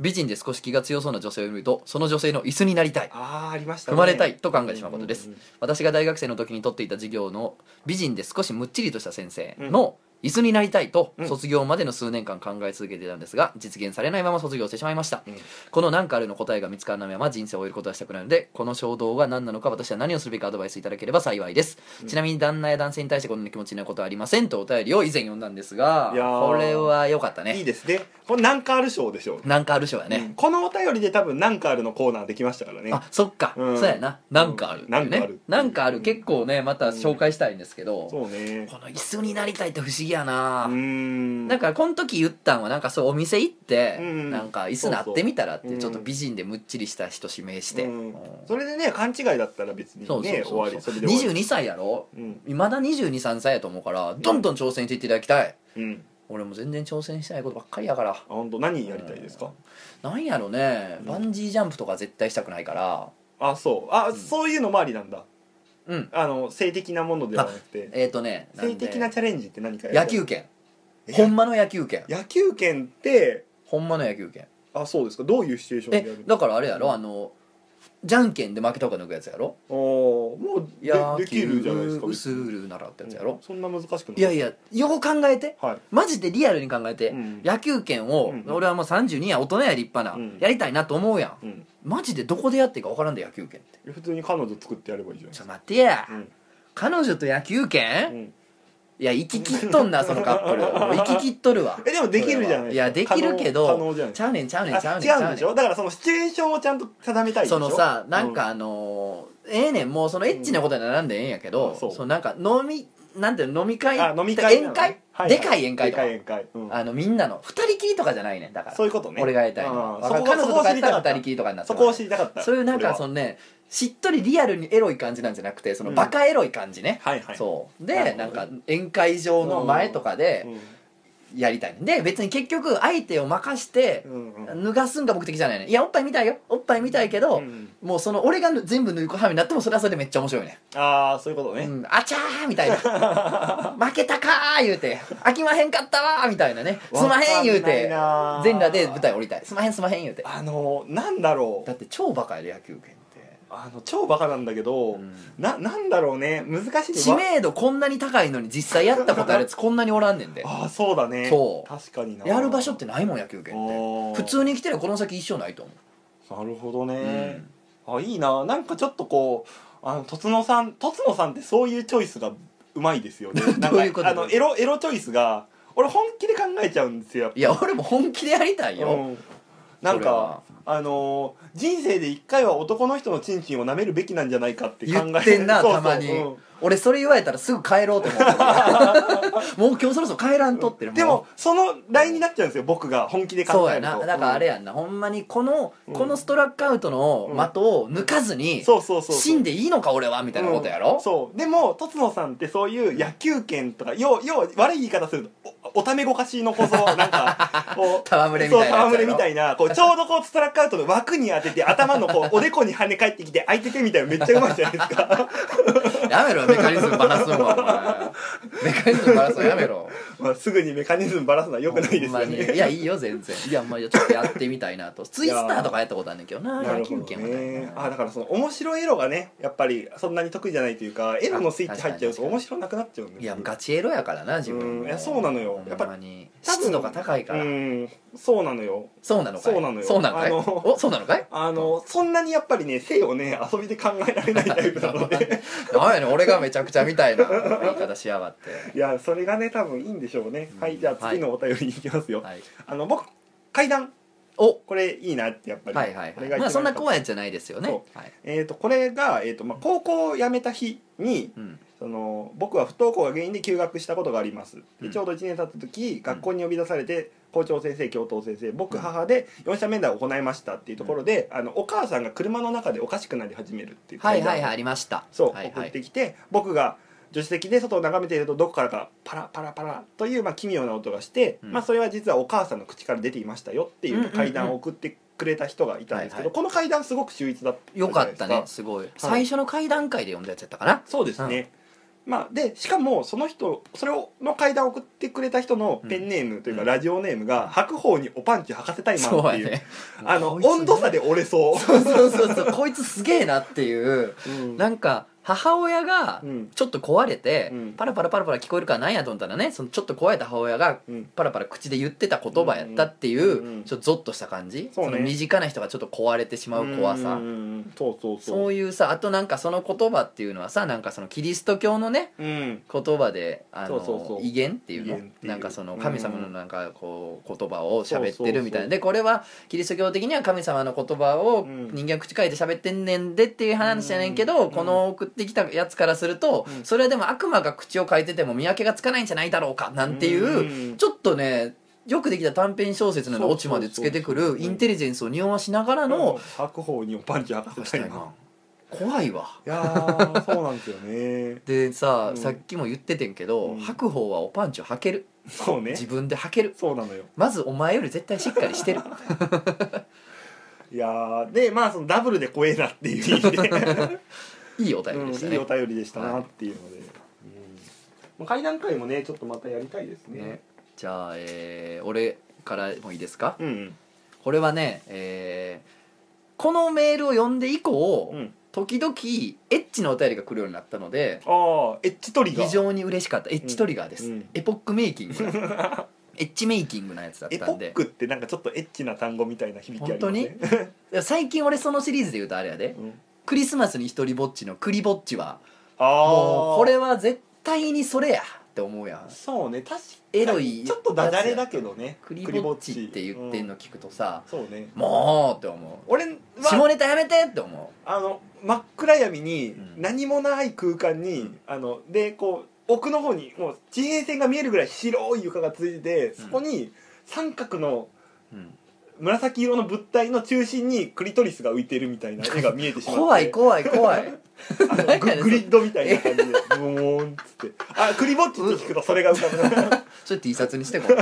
S2: 美人で少し気が強そうな女性を見るとその女性の椅子になりたい
S1: ああありました
S2: 踏
S1: ね
S2: まれたいと考えてしまうことです、
S1: うんうん
S2: 私が大学生の時に取っていた授業の美人で少しむっちりとした先生の椅子になりたいと
S1: うん
S2: 卒業までの数年間考え続けていたんですが実現されないまま卒業してしまいました、
S1: うん
S2: この何かあるの答えが見つからないまま人生を終えることはしたくないのでこの衝動が何なのか私は何をするべきかアドバイスいただければ幸いです、
S1: うん
S2: ちなみに旦那や男性に対してこんな気持ちになることはありませんとお便りを以前読んだんですが
S1: いやー
S2: これは良かった
S1: いい
S2: ね
S1: ですねこれなんかある賞でしょう
S2: なんかあるしょやね、
S1: このお便りで多分なんかあるのコーナーできましたからね
S2: あそっか、
S1: うん
S2: そうやななんかあるっていう
S1: な
S2: ね、
S1: んかある
S2: なんかある結構ねまた紹介したいんですけど、
S1: そうね
S2: この椅子になりたいって不思議や
S1: う
S2: な、
S1: ーん
S2: なんかこの時言ったんはなんかそうお店行って、
S1: うん
S2: なんか椅子なってみたらって
S1: そうそう
S2: ちょっと美人でむっちりした人指名して、
S1: うん
S2: うん
S1: それでね勘違いだったら別にね
S2: そうそうそう
S1: 終わりそれで終わ
S2: 22歳やろ
S1: りうん
S2: いまだ223歳やと思うからどんどん挑戦していっていただきたい、
S1: うん
S2: 俺も全然挑戦してないことばっかりやから
S1: あ本当何やりたいですか
S2: なんやろね
S1: うん
S2: バンジージャンプとか絶対したくないから
S1: あそうあそういうのもありなんだ
S2: うん
S1: あの性的なものではなくて
S2: えっ、とねなん
S1: 性
S2: で
S1: 的なチャレンジって何かやりた
S2: 野
S1: い
S2: 球拳
S1: え
S2: ほんまの野球拳
S1: 野球拳って
S2: ほんまの野球拳
S1: あそうですかどういうシチュエーションでや
S2: え
S1: る
S2: だからあれやろあのじゃんけんで負けた方が抜くやつやろ
S1: おーもうで
S2: 野
S1: できるじゃないで
S2: 球
S1: すか
S2: ウス
S1: 別に
S2: ールならってやつやろ、
S1: そんな難しくない
S2: いやいやよう考えて
S1: はい
S2: マジでリアルに考えて、
S1: うん
S2: 野球拳を、
S1: うん
S2: 俺はもう32や大人や立派な、
S1: うん
S2: やりたいなと思うやん
S1: うん
S2: マジでどこでやっていいか分からんで野球拳って
S1: 普通に彼女作ってやればいいじゃないで
S2: ち
S1: す
S2: ょ
S1: か
S2: 待ってや、
S1: うん
S2: 彼女と野球
S1: う
S2: 拳、
S1: ん
S2: いや行ききっとんなそのカップルもう行ききっとるわ
S1: えでもできるじゃない
S2: いやできるけど
S1: 可能可能じゃない
S2: ちゃうねんちゃうねんちゃ
S1: あ
S2: うねん
S1: 違うんでしょだからそのシチュエーションをちゃんと定めたいんでし
S2: そ
S1: ょ
S2: のさなんかあのーええねんもうそのエッチなことにならんでええんやけど、
S1: うんあそう
S2: そのなんか飲みなんていうの飲み会
S1: あ飲み会なの
S2: 宴
S1: ね
S2: 会、
S1: はいはい
S2: でかい宴会
S1: で
S2: と
S1: か
S2: か
S1: い宴会、うん
S2: あのみんなの二人きりとかじゃないねんだから
S1: そういうことね
S2: 俺がやりたいの
S1: うん
S2: は
S1: そこが
S2: 彼女
S1: そ
S2: とかやった
S1: こ
S2: ら
S1: を知りたかった
S2: 二人きりとかになっちゃ
S1: そうこを知りたかった
S2: そういうなん
S1: 俺
S2: か
S1: は
S2: そのねしっとりリアルにエロい感じなんじゃなくてその
S1: うん
S2: バカエロい感じね、
S1: はいはい
S2: そう
S1: なる
S2: で
S1: ほど
S2: なんか宴会場の前とかでやりたいねで別に結局相手を任して
S1: うんうん
S2: 脱がすんが目的じゃないねいやおっぱい見たいよおっぱい見たいけど、
S1: うん
S2: もうその俺が全部抜く羽目になってもそれはそれでめっちゃ面白いね
S1: ああそういうこと
S2: う
S1: ね、
S2: ん、あちゃーみたい <laughs> な負けたかー言うて飽きまへんかったわーみたいなねすまへん言う
S1: わか
S2: て
S1: んないなー
S2: 全裸で舞台降りたいすまへんすまへん言うて
S1: あのなんだろ
S2: だ
S1: う
S2: って超バカやで野球拳って、
S1: あの超バカなんだけど、
S2: うん
S1: ななんだろうね難しい
S2: 知名度こんなに高いのに実際やったことあ <laughs> るやつこんなにおらんねんで
S1: ああそうだね
S2: そう
S1: 確かにな
S2: やる場所ってないもん野球拳って普
S1: 普
S2: 通に来てるこの先一生ないと思
S1: なるほど
S2: う、
S1: ね、あいいななんかちょっとこうあのとつのさんとつのさんってそういうチョイスがうまいですよねなん
S2: <laughs> どう
S1: か
S2: いうこと
S1: あのエロエロチョイスが俺本気で考えちゃうんですよやっぱ
S2: いや俺も本気でやりたいよ、
S1: うんなん
S2: それは
S1: かあのー人生で一回は男の人のチンチンを舐めるべきなんじゃないかって考え
S2: 言ってん
S1: <laughs>
S2: な
S1: そうそ
S2: た
S1: う
S2: まに、
S1: うん
S2: 俺それ言われたらすぐ帰ろうと思 <laughs> ってるもう今日そろそろ帰らんとってる
S1: でもそのラインになっちゃうんですよ僕が本気で考えると
S2: そうやなだからあれやんな、ほんまにこの、
S1: うん
S2: このストラックアウトの的を抜かず
S1: うん
S2: に、
S1: そうそうそうそう
S2: 死んでいいのか俺はみたいなことやろ、
S1: うんそうでもとつのさんってそういう野球拳とか要要は悪い言い方するとおおためごかしのこそなん
S2: <laughs>
S1: かこう
S2: 戯れみたいなやつやろ
S1: そう戯れみたいなこうちょうどこうストラックアウトの枠に当てて頭の
S2: <laughs>
S1: こうおでこに跳ね返ってきて相手手みたいなめっちゃうまいじゃないですか
S2: やめろメカニズムバラすのはお
S1: <laughs>
S2: 前メカニズムバラすのやめろ
S1: まあすぐにメカニズムばらすのはよくないですよ
S2: ほんまに
S1: ね
S2: いやいいよ全然いやまあいやちょっとやってみたいなとツイスターとかやったことあるんだけどな
S1: な
S2: 野
S1: るほ
S2: 球
S1: ど
S2: 拳はない
S1: ね
S2: な
S1: あだからその面白いエロがねやっぱりそんなに得意じゃないというかエロのスイッチ入っちゃうと
S2: あ確かに確かに
S1: 面白なくなっちゃうんです
S2: いやガチエロやからな自分
S1: う
S2: も
S1: んいやそうなのよ
S2: ほんまに
S1: 多分
S2: 湿度が高いから、
S1: うんそうなのよ
S2: そうなのかい
S1: そうなのよ
S2: そうなのかい
S1: あの
S2: おそうなのかい
S1: あのそんなにやっぱりね性をね遊びで考えられないタイプなの
S2: <laughs>
S1: で
S2: なんやねん俺がめちゃくちゃみたいな言い方しやがって
S1: いやそれがね多分いいんでしょうね、
S2: うん
S1: はいじゃあ次のお便りに行きますよ、
S2: はい
S1: あの僕階段
S2: お
S1: これいいなってやっぱり、
S2: はいはい
S1: こ
S2: は
S1: れ
S2: い
S1: が一
S2: ま
S1: 番
S2: あそんな怖いやつじゃないですよね
S1: そ
S2: はい
S1: えー、とこれが、えーとまあ、高校を辞めた日に
S2: うん
S1: その僕は不登校が原因で休学したことがあります
S2: う
S1: で
S2: ん
S1: ちょうど1年経った時、学校に呼び出されて校長先生教頭先生僕母で四者面談を行いましたっていうところで、あのお母さんが車の中でおかしくなり始めるっていう
S2: はい
S1: 階
S2: はい
S1: 段
S2: はいありました
S1: そう、
S2: はい
S1: 送
S2: は
S1: っ
S2: い
S1: てきて僕が助手席で外を眺めているとどこからかパラパラパラという、まあ、奇妙な音がして、
S2: うん
S1: まあ、それは実はお母さんの口から出ていましたよってい
S2: うんうん
S1: う
S2: うん
S1: 階段を送ってくれた人がいたんですけど、
S2: はいはい
S1: この階段すごく秀逸だったじゃ
S2: よ
S1: な
S2: か
S1: い
S2: っ
S1: ですか
S2: たねすごい最初の階段階で読んだやつやったかな
S1: そうですね、まあ、でしかもその人それをの階段を送ってくれた人のペンネームというか、
S2: うん
S1: ラジオネームが「白鵬におパンチ履かせたいマン」
S2: そ
S1: って
S2: う
S1: い
S2: や
S1: う
S2: ね <laughs>
S1: あの
S2: こいつ
S1: 温度差で折れそう。
S2: そうそうそうそうこいつすげえなっていう
S1: うん
S2: なんか母親が
S1: うん
S2: ちょっと壊れて
S1: うん
S2: パラパラパラパラ聞こえるからなんやと思ったらねそのちょっと壊れた母親が
S1: うん
S2: パラパラ口で言ってた言葉やったってい
S1: うんうん
S2: うちょっとゾッとした感じ
S1: そうね
S2: の身近な人がちょっと壊れてしまう怖さ
S1: うんうんうんそうそうそう
S2: そういうさあとなんかその言葉っていうのはさなんかそのキリスト教のね
S1: うん
S2: 言葉であの
S1: そうそうそう
S2: 威厳っていうの
S1: 威厳っていう
S2: なんかその
S1: うん
S2: 神様のなんかこう言葉を喋
S1: そうそ
S2: っ
S1: う
S2: て
S1: そう
S2: るみたいなでこれはキリスト教的には神様の言葉を
S1: うん
S2: 人間口変えて喋ってんねんでっていう話やねんけど、
S1: うん
S2: この送ってきたやつからすると、
S1: うん
S2: それはでも悪魔が口を変えてても見分けがつかないんじゃないだろうかなんていう、
S1: うん
S2: ちょっとねよくできた短編小説のようなオチまでつけて
S1: そ
S2: く
S1: うそう
S2: る
S1: そう
S2: インテリジェンスを匂わしながらの、
S1: 白鵬にもパンチ履かせたいな
S2: 怖いわ。
S1: いやーそうなんですよね
S2: でさ、
S1: うん
S2: さっきも言っててんけど、
S1: うん
S2: 白鵬はおパンチを履ける
S1: そうね
S2: <laughs> 自分で履ける
S1: そうなのよ
S2: まずお前より絶対しっかりしてる
S1: いやーでまあそのダブルで怖えなっていう意味で、
S2: <laughs> いいお
S1: う
S2: 便り
S1: ん
S2: でした
S1: いい
S2: ね,、
S1: お便りでしたなっていうので、うん、階段階もねちょっとまたやりたいですね
S2: ねじゃあ、えー俺からもいいですか
S1: うん
S2: これはね、えーこのメールを読んで以降、
S1: うん、うん、
S2: 時々エッチなお便りが来るようになったので
S1: ああエッジトリガー
S2: 非常に嬉しかったエッチトリガーです、
S1: うん
S2: エポックメ
S1: <laughs>
S2: イキングなエッチメイキングなやつだっ
S1: エ
S2: た
S1: ポ
S2: んで
S1: ックってなんかちょっとエッチな単語みたいな響きありますね
S2: いや最近俺そのシリーズで言うとあれやで
S1: うん、
S2: クリスマスに一人ぼっちのクリぼっちは
S1: ああ
S2: もうこれは絶対にそれやって思うやん
S1: そうね確かに
S2: エロい
S1: ちょっとダジャレだけどね
S2: クリぼっちって言ってんの
S1: う
S2: 聞くとさ、
S1: そうね
S2: もうって思う
S1: 俺は
S2: 下ネタやめてって思
S1: あの真っ暗闇に
S2: うん
S1: 何もない空間に、
S2: うん
S1: あのでこう奥の方にもう地平線が見えるぐらい広い床が続いててそこに三角の
S2: うん
S1: 紫色の物体の中心にクリトリスが浮いてるみたい
S2: <laughs>
S1: な絵が見えてしまって
S2: 怖い怖い怖い
S1: あの
S2: 何やねんそれ
S1: ググリッドみたいな感じでブーンっつってあクリぼっちって聞くとそれが浮かぶな
S2: <laughs> それ T シャツに <laughs> してこう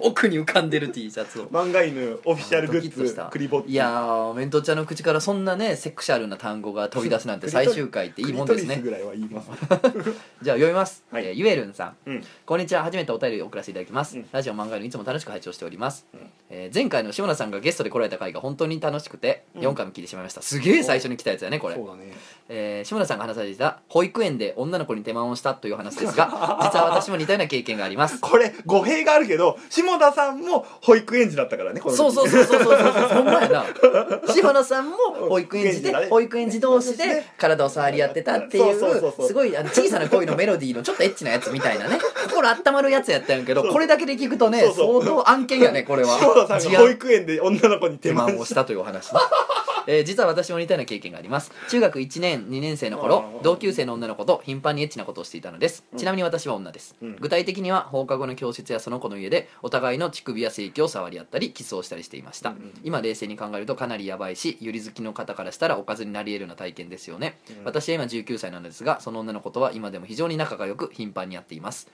S2: 奥に浮かんでる T シャツを
S1: 漫画犬オフィシャルグッ
S2: ドキッとし
S1: ズ
S2: た
S1: クリぼっち
S2: いやーメントちゃんの口からそんなねセクシャルな単語が飛び出すなんて最終回っていいもんですね
S1: クリトリスぐらいは言います
S2: じゃあ読みます、
S1: はい
S2: えーゆえるんさん
S1: うん
S2: こんにちは初めてお便りを送らせていただきます、
S1: うん
S2: ラジオ漫画のいつも楽しく拝聴しております、
S1: うん
S2: えー前回の志村さんがゲストで来られた回が本当に楽しくて
S1: うん
S2: 4回も聞いてしまいました、すげえ最初に来たやつだねこれ
S1: そうだね
S2: えー志村さんが話されていた保育園で女の子に手間をしたという話ですが
S1: <laughs>
S2: 実は私も似たような経験があります
S1: これ語弊があるけど下田さんも保育園児だったからねこの時
S2: そうそうそうそうそうそうそうほんまやな志村さんも保育園児
S1: 保育園児
S2: で
S1: だね
S2: 保育園児同士で体を触り合ってたってい
S1: そうそうそうそう
S2: うすごいあの小さな恋のメロディーのちょっとエッチなやつみたいなね心温まるやつやったんやけど
S1: そう
S2: これだけで聞くとね
S1: そうそう
S2: 相当案件やねこれは
S1: 下田さん
S2: 違
S1: が
S2: う
S1: 保育園で女の子に手
S2: 手
S1: 間
S2: 間
S1: を
S2: をしたというお話ねえー実は私も似たような経験があります中学1年2年生の
S1: あ
S2: 頃
S1: ー
S2: 同級生の女の子と頻繁にエッチなことをしていたのですちなみに私は女です、
S1: うん
S2: 具体的には放課後の教室やその子の家でお互いの乳首や性器を触り合ったりキスをしたりしていました、
S1: うんうん
S2: 今冷静に考えるとかなりやばいしゆり好きの方からしたらおかずになり得るような体験ですよね、
S1: うん
S2: 私は今19歳なのですがその女の子とは今でも非常に仲が良く頻繁にやっています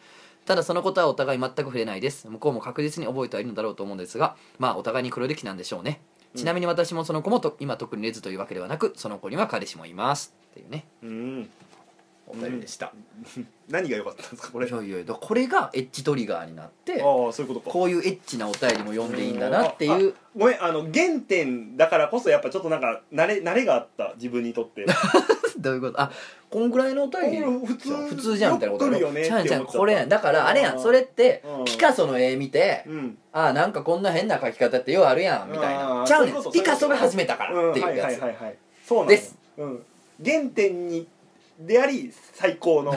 S2: ただそのことはお互い全く触れないです向こうも確実に覚えてはいるのだろうと思うんですがまあお互いに黒歴史なんでしょうね
S1: うん
S2: ちなみに私もその子もと今特にレズというわけではなくその子には彼氏もいますっていうね
S1: うん
S2: お便りでした、
S1: 何が良かったんですかこ
S2: こ
S1: れ
S2: れいやいやだからこれがエッジトリガーになって
S1: ああそういうことか
S2: こういうエッチなお便りも読んでいいんだなっていう
S1: ごめんあの原点だからこそやっぱちょっとなんか慣れ慣れがあった自分にとって
S2: <laughs> どういうことあこんぐらいのお便り
S1: これ普通
S2: 普通じゃんみたいなこと
S1: よく来るよねって
S2: ちゃうんちゃん
S1: 思っちゃった
S2: これやんだからあれや
S1: うんん
S2: それって
S1: うん
S2: ピカソの絵見て
S1: うん
S2: あなんかこんな変な描き方ってようあるやんみたい
S1: あ
S2: な
S1: ー
S2: ちゃうね
S1: そういうこ
S2: ん
S1: と
S2: ピカソが始めたから
S1: うん
S2: っていうや
S1: はい
S2: つ
S1: はいはいはいそうなん
S2: です、
S1: うん、原点にであり最高
S2: <laughs>
S1: の、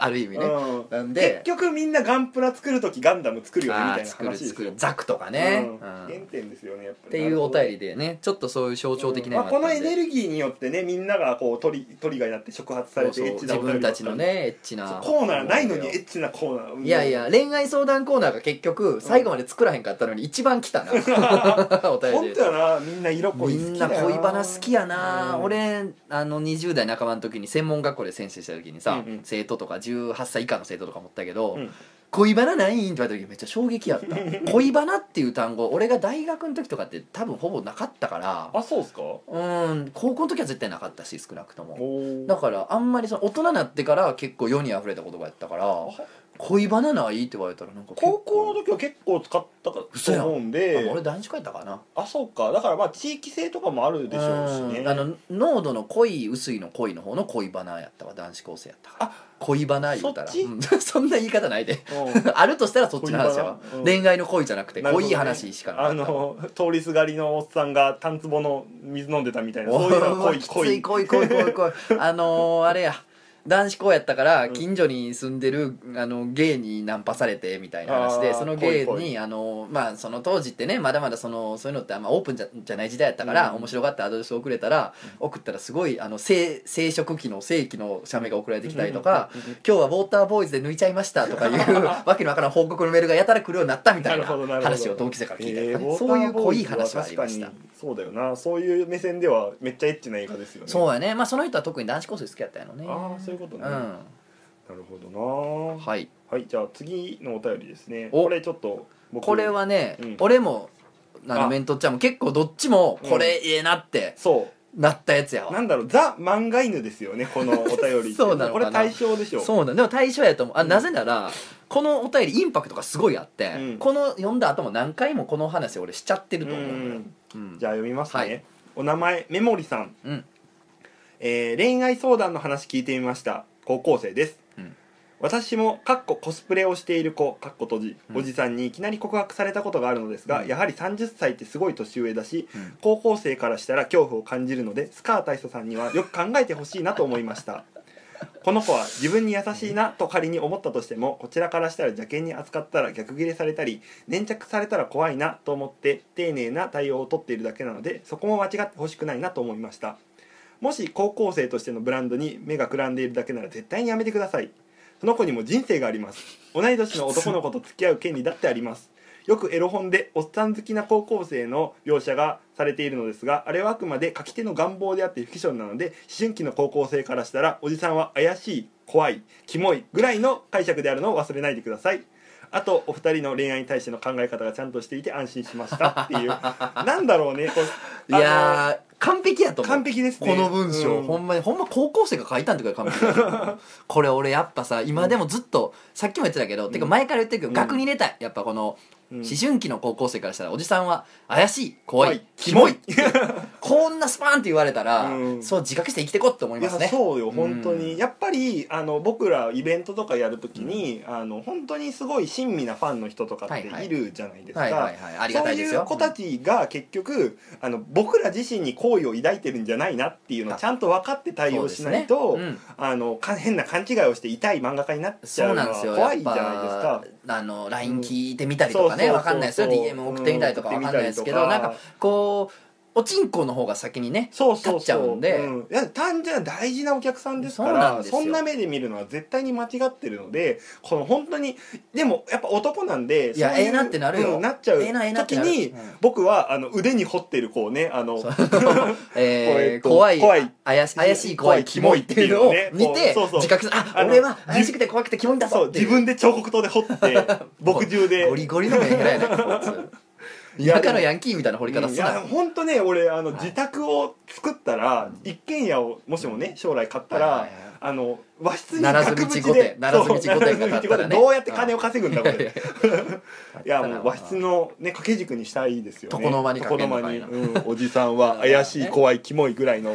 S2: ある意味ね
S1: うん
S2: なん
S1: 結
S2: で
S1: 局みんなガンプラ作る時ガンダム作るよねみ
S2: あ
S1: た
S2: ー
S1: いな
S2: 作る
S1: 話ですよ
S2: 作るザクとかね
S1: うん
S2: うん
S1: 原点ですよねやっぱり
S2: っていうお便りでねちょっとそういう象徴的な
S1: まあ、このエ
S2: エ
S1: ネ
S2: ネル
S1: ル
S2: ギ
S1: ギーによってねみんながこうトリトリガーになって触発されてエッチな
S2: 自
S1: お便り
S2: 分たちのねエッチな
S1: コーナーないのにエッチなコーナー
S2: いやいや恋愛相談コーナーが結局最後まで作らへんかったのに一番来た
S1: <laughs>
S2: な <laughs> お便
S1: 本
S2: り
S1: 当
S2: で
S1: やなみんな色
S2: み
S1: 恋好
S2: ん
S1: きだ
S2: な
S1: よな
S2: 恋バナ好きやな、
S1: うん
S2: 俺あの20代半ばの時に専門学校で先生した時にさ、
S1: うんうん
S2: 生徒とか18歳以下の生徒とか思ったけど、
S1: うん
S2: 恋バナないんって言われた時めっちゃ衝撃やった
S1: <laughs>
S2: 恋バナっていう単語俺が大学の時とかって多分ほぼなかったから
S1: あそうっすかお
S2: うん高校の時は絶対なかったし少なくとも
S1: ー
S2: だからあんまりその大人になってから結構世に溢れた言葉やったから
S1: あ
S2: 恋バナないって言われたらなんか結構
S1: 高校の時は結構使ったかと
S2: 嘘やん
S1: 思うん
S2: あ
S1: で
S2: 俺男子校やったかな
S1: あそうかだからまあ地域性とかもあるでしょうしね
S2: んあの濃度の濃い薄いの濃いの方の恋バナやったわ男子高生やったから恋バナ言うたら
S1: そっち
S2: うん <laughs> そんな言 <laughs> い方ないで
S1: うん
S2: あるとしたらそっちの話やわ、
S1: 恋バナうん
S2: 恋愛の恋じゃなくて
S1: なるほ
S2: 濃
S1: どね
S2: い話しかなか
S1: あ
S2: った
S1: の通りすがりのおっさんがタンツボの水飲んでたみたいな
S2: <laughs> お
S1: そういうのは
S2: ー
S1: 恋
S2: きつ
S1: 恋
S2: い恋恋恋
S1: <laughs>
S2: 恋あのーあれや男子校やったから近所に住んでる、あのゲイにナンパされてみたいな話
S1: あ
S2: で
S1: ー
S2: そのゲイ
S1: 恋恋
S2: にあのーまあその当時ってねまだまだそのそういうのってあんまオープンじゃじゃない時代やったから、
S1: うん
S2: 面白がってアドレスを送れたら、送ったらすごいあの生生殖期の正規の写メが送られてきたりとか、
S1: うんうんうん
S2: 今日はウォーターボーイズで抜いちゃいましたとかいう
S1: <laughs>
S2: わけのわからん報告のメールがやたら来るようになったみたい
S1: な
S2: な
S1: るほどなるほど
S2: 話を同期生から聞いたり
S1: え
S2: とかね、
S1: ー
S2: そういう
S1: ウォーターボー
S2: 濃
S1: イ
S2: い
S1: ズは
S2: 話がありました
S1: 確。かにそうだよなそういう目線ではめっちゃエッチな映画ですよね
S2: そうやねまあその人は特に男子高生好きやったんやろね
S1: ああそういうことね、なるほど
S2: う
S1: なん
S2: はい
S1: はいじゃあ次のお便りですね
S2: お
S1: これちょっと僕
S2: これはね、
S1: うん
S2: 俺もあの
S1: あ
S2: メントちゃんも結構どっちも
S1: うん
S2: これええなって
S1: そ
S2: なったやつや
S1: う
S2: <laughs> わ、
S1: なんだろうザ漫画犬ですよねこのお便りって
S2: <laughs> そうなのか
S1: これ
S2: な
S1: 対象でしょ
S2: そうなんでも対象やと思うあ、
S1: うん
S2: なぜならこのお便りインパクトがすごいあって、
S1: うん
S2: この読んだ後も何回もこの話俺しちゃってると
S1: う
S2: 思うのよ
S1: ん
S2: うん
S1: じゃあ読みますね、
S2: はい
S1: お名前メモリさん
S2: うん
S1: えー恋愛相談の話聞いてみました高校生です、
S2: うん
S1: 私もかっこコスプレをしている子かっこ閉じ
S2: うん
S1: おじさんにいきなり告白されたことがあるのですが、
S2: うん
S1: やはり30歳ってすごい年上だし
S2: うん
S1: 高校生からしたら恐怖を感じるのでスカー大佐さんにはよく考えてほしいなと思いましたこの子は自分に優しいなと仮に思ったとしてもこちらからしたら邪険に扱ったら逆ギレされたり粘着されたら怖いなと思って丁寧な対応をとっているだけなのでそこも間違ってほしくないなと思いましたもし高校生としてのブランドに目がくらんでいるだけなら絶対にやめてくださいその子にも人生があります同い年の男の子と付き合う権利だってありますよくエロ本でおっさん好きな高校生の描写がされているのですがあれはあくまで書き手の願望であってフィクションなので思春期の高校生からしたらおじさんは怪しい怖いキモいぐらいの解釈であるのを忘れないでくだ
S2: <laughs>
S1: さいあとお二人の恋愛に対しての考え方がちゃんとしていて安心しましたっていうなんだろうねこう
S2: いやー完璧やと
S1: あの
S2: 思う
S1: 完璧ですね
S2: この文章、
S1: うん
S2: ほんまにほんま高校生が書いたんってくらい完璧だと
S1: <laughs>
S2: 思うこれ俺やっぱさ今でもずっと、さっきも言ってたけど、てか前から言ってるけど、
S1: うん
S2: 額に入れたいやっぱこの、
S1: うん
S2: 思春期の高校生からしたらおじさんは怪しい怖
S1: 怖
S2: い
S1: い
S2: キモい <laughs> こんなスパーンって言われたら、
S1: うん
S2: そう自覚して生きてこうって思い
S1: い
S2: ま
S1: や
S2: すね
S1: そうよ本当に、
S2: うん
S1: やっぱりあの僕らイベントとかやるときに、あの本当にすごい親身なファンの人とかって
S2: はいはい
S1: いるじゃないです
S2: はいはい
S1: か
S2: はいありが
S1: そ
S2: た
S1: う
S2: いで
S1: い
S2: すよ
S1: う子たちが結局あの僕ら自身に好意を抱いてるんじゃないなっていうのをちゃんと分かって対応しない
S2: そ
S1: と、
S2: うですねうん
S1: あのか変な勘違いをして痛い漫画家になっちゃ
S2: そう
S1: うの
S2: なん
S1: は
S2: ですよ
S1: 怖いじゃないですか。
S2: やっぱあの LINE 聞いてみたりとかね
S1: うん
S2: わかんないですよ
S1: そうそうそう
S2: DM 送ってみたりとかわかんないですけど
S1: うん
S2: なんかこうおちんこの方が先にね
S1: そうそうそう
S2: 立っちゃうんで
S1: ん、いや単純な大事なお客さんですか
S2: そうなん
S1: ら
S2: です
S1: そ
S2: よ
S1: んな目で見るのは絶対に間違ってるのでこの本当にでもやっぱ男なんで
S2: いや
S1: そうう
S2: ええなってなるよ
S1: うんなっちゃう
S2: ええなええなって
S1: 時
S2: なる
S1: に
S2: うん
S1: 僕はあの腕に掘ってるこうねあ
S2: <laughs>
S1: のえ
S2: え
S1: っ
S2: ー
S1: と
S2: 怖い
S1: 怖い
S2: 怪し怪しい怖いキモいっていうのを
S1: 怖いキモいっていうの
S2: 見
S1: をね
S2: て
S1: こうそうそう
S2: 自覚するあ
S1: あの
S2: 俺は怪しくて怖くてキモいんだ
S1: そ
S2: ぞ
S1: う
S2: って
S1: 自
S2: いう
S1: 分で彫刻刀で掘って
S2: <laughs>
S1: 墨汁で
S2: ゴリゴリの目平やなこい
S1: い
S2: つ
S1: や
S2: 田舎のヤンキーみたいな掘り方
S1: うんい
S2: すな
S1: や
S2: よ
S1: 本当ね俺あの、
S2: はい
S1: 自宅を作ったら、一軒家をもしもね将来買ったら、
S2: はいはいはい
S1: あの和室に
S2: ならず
S1: 額
S2: 道
S1: 縁で
S2: 御殿ならず道御殿が
S1: そうな
S2: 買
S1: ら
S2: っ
S1: ず
S2: た
S1: 道御
S2: らね
S1: 殿どうやって金を稼ぐんだこ
S2: いや
S1: れ
S2: いや <laughs>
S1: いやもう和室のね掛け軸にしたいですよね
S2: 床の間にかけんのかいな
S1: 床の間にうんおじさんは怪しい怖いキモいぐら
S2: <laughs>
S1: いの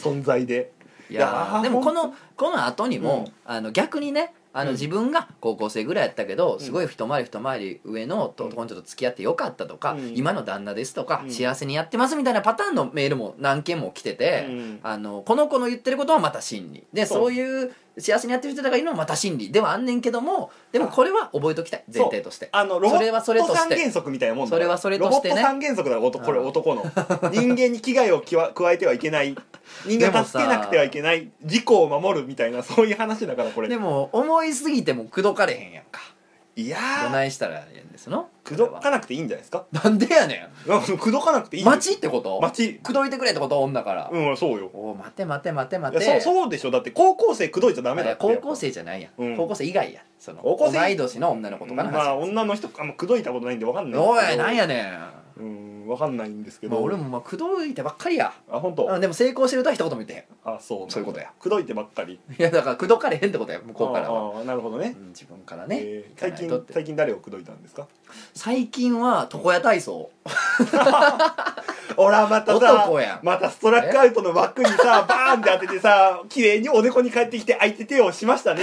S1: 存在で
S2: いや
S1: いや
S2: ー
S1: ー
S2: でもこのこの後にも、
S1: う
S2: あの逆にねあの
S1: うん
S2: 自分が高校生ぐらいやったけど、すごい一回り一回り上のと
S1: うん
S2: 男の人と付き合ってよかったとか、
S1: うん
S2: 今の旦那ですとか、
S1: うん
S2: 幸せにやってますみたいなパターンのメールも何件も来てて、
S1: うん
S2: あのこの子の言ってることはまた真理で
S1: そ
S2: そうういう幸せにやってる人だからいるのもまた真理ではあんねんけどもでもこれは覚えときたい前提として
S1: あのロボ
S2: それはそれ
S1: ッ
S2: と
S1: ト
S2: して
S1: 三原則みたいなもんだ
S2: それはそれとして
S1: ロ
S2: ね
S1: ボット三原則だからおとこれ
S2: うん
S1: 男の人間に危害をきわ <laughs> 加えてはいけない人
S2: でも
S1: 間
S2: さ
S1: 助けなくてはいけない自己を守るみたいなそういう話だからこれ
S2: でも思いすぎても口説かれへんやんか
S1: いや
S2: ど
S1: ー
S2: ないしたらええんですの
S1: 口説かなくていいんじゃないですか
S2: なんでやね
S1: なんか口説かなくてい
S2: ん
S1: い
S2: 待ちってこと
S1: 街
S2: 口説いてくれってこと女から、
S1: うんそうよ
S2: おお待て待て待て
S1: い
S2: 待
S1: や
S2: て
S1: そうそうでしょだって高校生口説いちゃダメ
S2: い
S1: だっ
S2: や
S1: て
S2: 高校生じゃないやん、
S1: うん
S2: 高校生以外やその
S1: 高校生
S2: 同い年の女の子とかの話、
S1: まあ女の人あんま口説いたことないんでわかんない
S2: お
S1: ですけ
S2: い
S1: ど
S2: なんやねん、
S1: うんわかんないんですけ
S2: まあ、
S1: ど
S2: 俺もまあ口説いてばっかりや
S1: あ本当
S2: うんでも成功してるとは一言も言ってへん <laughs>
S1: あそう
S2: そういうことや
S1: 口説いてばっかり
S2: いやだから口説かれへんってことや向こうからは、
S1: ああなるほどね
S2: うん自分からね、
S1: えー
S2: 行か
S1: 最
S2: ないとっ
S1: 近
S2: て
S1: 最近誰を口説いたんですか
S2: 最近は床屋体操
S1: ほらまたさ
S2: 男やん
S1: またストラックアウトの枠にさバーンって当ててさ綺麗におでこに帰ってきて相手手をしましたね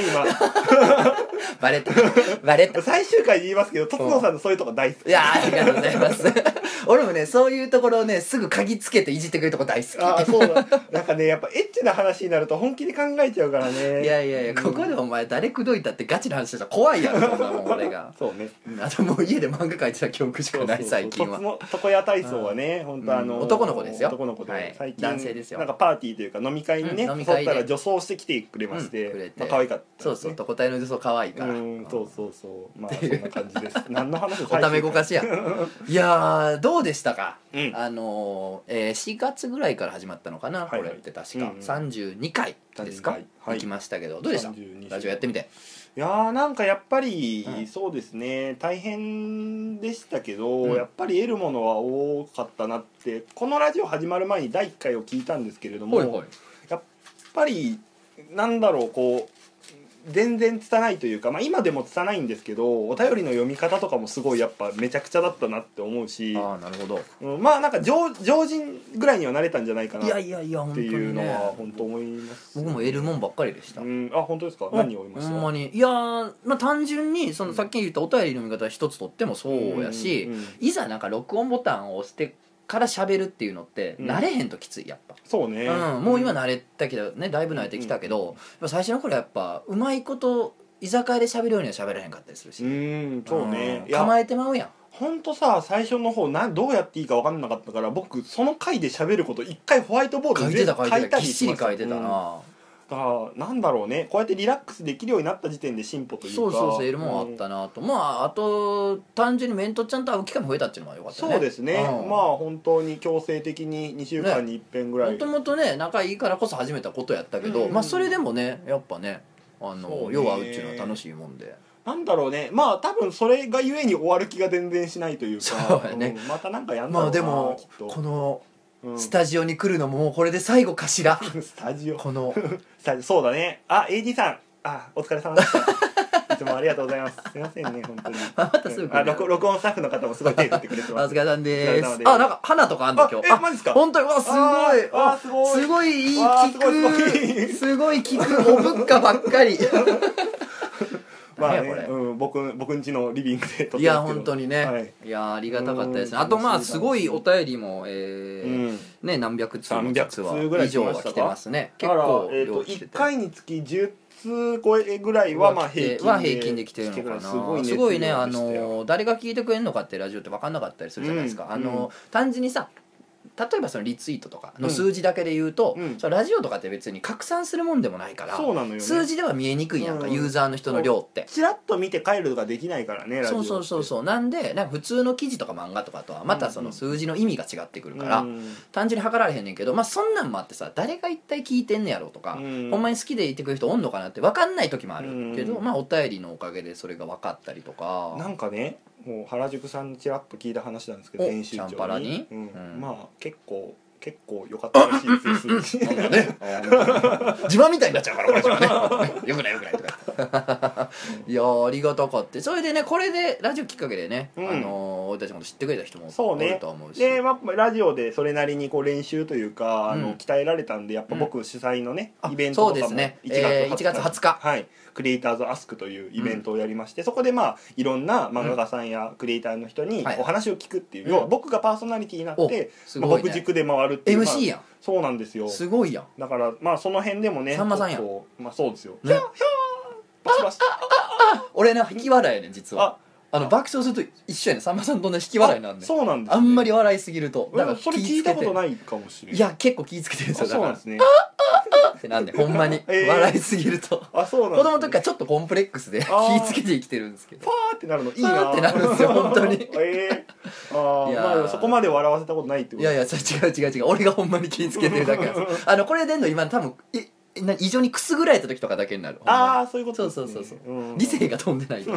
S2: <laughs> バレた <laughs> バレた
S1: 今最終回で言いますけどとつのさんのそういうとこ大好き
S2: いやーありがとうございます <laughs> 俺もねそういうところをねすぐ鍵つけていじってくれるとこ大好き
S1: ああそうだなんかねやっぱエッチな話になると本気で考えちゃうからね
S2: いやいやいやここでお前誰口説いたってガチな話したら怖いやんそんなもん俺が
S1: そうね
S2: あともう家で漫画描いてた記憶しかない最近は
S1: そうそうそう床屋体操はね、本当あの、
S2: うん男の子ですよ
S1: 男の子で、
S2: はい
S1: 最近
S2: 男性ですよ
S1: なんかパーティーというか飲み会にね、
S2: うん飲み
S1: そ
S2: 会
S1: っ
S2: で
S1: たら女装してきてくれまして、
S2: うんくれて
S1: まあ可愛かった
S2: そ
S1: で
S2: う
S1: す
S2: そ
S1: ね、
S2: う床体の女装可愛いから
S1: うんそうそうそう
S2: <laughs>
S1: まあそんな感じです何の話を
S2: おためごかしやいやーどうでしたか、
S1: うん
S2: あのーえー4月ぐらいから始まったのかな、
S1: いはい
S2: これって確か、
S1: うんうん
S2: 32回ですか
S1: 32回はい
S2: 行きましたけどどうでした
S1: 32
S2: ラジオやってみて
S1: いやーなんかやっぱり、
S2: うん
S1: そうですね大変でしたけど、
S2: うん
S1: やっぱり得るものは多かったなってこのラジオ始まる前に第1回を聞いたんですけれども、
S2: ほいほい
S1: やっぱりなんだろうこう全然拙いというか、まあ、今でも拙いんですけどお便りの読み方とかもすごいやっぱめちゃくちゃだったなって思うし、
S2: ああなるほど
S1: うん、まあなんか上上人ぐらいには慣れたんじゃないかない
S2: や
S1: っ
S2: いやいや本当
S1: て
S2: に、ね、
S1: いうのは本当思います、
S2: 僕も得るもんばっかりでした、
S1: うん、あ本当ですか何を思いまし
S2: ほんま
S1: た
S2: にいやーまあ単純にその
S1: うん
S2: さっき言ったお便りの見方一つとってもそうやし、
S1: うんうんうん
S2: いざなんか録音ボタンを押してから喋るっていうのって
S1: うん
S2: 慣れへんときついやっぱ、
S1: そうね、
S2: うん、もう今慣れたけどねだいぶ慣れてきたけど、やっぱ最初の頃やっぱうまいこと居酒屋で喋るようには喋らへんかったりするし、
S1: うんそうね
S2: ん
S1: いや
S2: 構えてまうやん
S1: ほんとさ最初の方などうやっていいか分かんなかったから僕その回で喋ること一回ホワイトボード
S2: 書い
S1: に
S2: てた書いてた
S1: り
S2: ぎっしり
S1: ました
S2: 書いてたな、
S1: だからなんだろうねこうやってリラックスできるようになった時点で進歩というか
S2: そうそうそう得るもんはあったなと、まああと単純にメントちゃんと会う機会も増えたっていうのは良かったね
S1: そうですね、
S2: うん
S1: まあ本当に強制的に2週間に一遍ぐらい、
S2: もともとね仲いいからこそ始めたことやったけど、
S1: うん
S2: まあそれでもねやっぱね
S1: そう
S2: あの
S1: ね
S2: 要はうちのは楽しいもんで
S1: なんだろうねまあ多分それがゆえに終わる気が全然しないというか
S2: そうやね
S1: うんまたなんかやんだろ
S2: ま
S1: う
S2: あ
S1: な、
S2: でも
S1: きっと
S2: この
S1: うん
S2: スタジオに来るのももうこれで最後かしら
S1: スタジオ
S2: この
S1: スタジオそうだねあ AD さんあお疲れ様でした
S2: <laughs>
S1: いつもありがとうございますすいませんね本当に
S2: またすぐ来る
S1: あ録録音スタッフの方もすごい手振ってくれて
S2: お
S1: ます
S2: 疲れさん
S1: お疲
S2: で
S1: れ様
S2: す
S1: です
S2: あなんか花とかあんの
S1: あ
S2: 今日
S1: えマジっすか
S2: 本当にわすごい
S1: あ
S2: わ
S1: あすごい
S2: すごいいい
S1: わすご
S2: 聞
S1: い
S2: くすごい聞くお物価ばっかり
S1: <laughs> まあ
S2: 何
S1: ね、
S2: やこれ
S1: うん、僕僕ん家のリビングで撮ってますけど
S2: いや本当にね、
S1: はい
S2: い、やありがたかったですね
S1: うん
S2: あとまあすごいお便りも、えー
S1: うん
S2: ね何百通も
S1: 300
S2: 実は
S1: 通ぐらい
S2: 以
S1: 来
S2: 上
S1: ま
S2: は
S1: したか
S2: 来てますね
S1: だ
S2: 結
S1: から、
S2: 構
S1: えー、
S2: 量
S1: と
S2: 来て
S1: 1
S2: て
S1: 回につき10通超えぐらいはまあ平均で
S2: は平均で来てるのかな
S1: すごいね
S2: すごいね
S1: すご
S2: あ
S1: いですよ
S2: の誰が聞いてくれるのかってラジオって分かんなかったりするじゃないですか、
S1: うん
S2: あの単純にさ例えばそのリツイートとかの数字だけで言うと、
S1: うんうん
S2: そのラジオとかって別に拡散するもんでもないから、
S1: そうなのよね
S2: 数字では見えにくいやんか、
S1: うん
S2: ユーザーの人の量って。
S1: チラッと見て帰るとかできないからねラジオ
S2: そうそうそうそうなんでなんか普通の記事とか漫画とかとはまたその数字の意味が違ってくる
S1: う
S2: から、
S1: ん
S2: 単純に測られへんねんけど、まあ、そんなんもあってさ誰が一体聞いてんねやろうとか、
S1: うん
S2: ほんまに好きでいてくれる人おんのかなって分かんない時もあるけど、
S1: うん
S2: まあ、お便りのおかげでそれが分かったりとか
S1: なんかねもう原宿さんにちらっと聞いた話なんですけど
S2: お
S1: 編集長に
S2: チャンパラに
S1: うん
S2: うん
S1: まあ結構結構良かったらしいですよ数字
S2: なんかね自慢みたいになっちゃうからこれじゃね
S1: <laughs>
S2: よくないよくないとか <laughs> 言っていやーありがたかってそれでねこれでラジオきっかけでね、
S1: うん
S2: あのー俺たちのこと知ってくれた人も
S1: そうね
S2: いるとは思うし
S1: で、まあ、ラジオでそれなりにこう練習というかあ
S2: う
S1: の
S2: ん
S1: 鍛えられたんでやっぱ僕主催のね、
S2: あ
S1: イベントとかも
S2: そうですねえー
S1: 1
S2: 1
S1: 月
S2: 月20
S1: 20
S2: 日
S1: 日、はい、クリエイターズアスクというイベントをやりまして、そこでまあいろんな漫画家さんやクリエイターの人に
S2: はい
S1: お話を聞くっていう、
S2: うん
S1: 要は僕がパーソナリティになって、
S2: おす
S1: まあ、
S2: ごいね
S1: 僕軸で回るっていう、まあ
S2: MC やん
S1: そうなんですよ
S2: すごいやん
S1: だからまあその辺でもね
S2: さんまさんや
S1: ち
S2: ん
S1: ょっとまあそうですよ、ひ
S2: ね
S1: ょーひょーバシバシ
S2: 俺な引き笑いやねん実は
S1: あ
S2: あの爆笑すると一緒やねんさんまさんと同じ引き笑いなんで
S1: そうなんです、
S2: あんまり笑いすぎると
S1: だからそれ聞いたこと
S2: い
S1: ないかもしれない
S2: いや結構気ぃつけてるんです
S1: あ
S2: よだ
S1: そう
S2: か
S1: なん
S2: ら
S1: ですね
S2: ってなんでほんまに
S1: えー
S2: 笑いすぎると
S1: あそうなん
S2: 子
S1: ですね
S2: 供の時からちょっとコンプレックスで気
S1: あー
S2: ぃつけて生きてるんですけど
S1: パーってなるのいいな
S2: パーってなるんですよ本 <laughs> 当に
S1: ええああ
S2: いやー
S1: まあでもそこまで笑わせたことないってこと
S2: いやいやそれ違う違う違う俺がほんまに気ぃつけてるだけなんですあのこれ出んの今多分いいな異常にくすぐられた時とかだけになるほんま
S1: ああそういうことですね、
S2: そうそうそう
S1: そうん、
S2: 理性が飛んでないい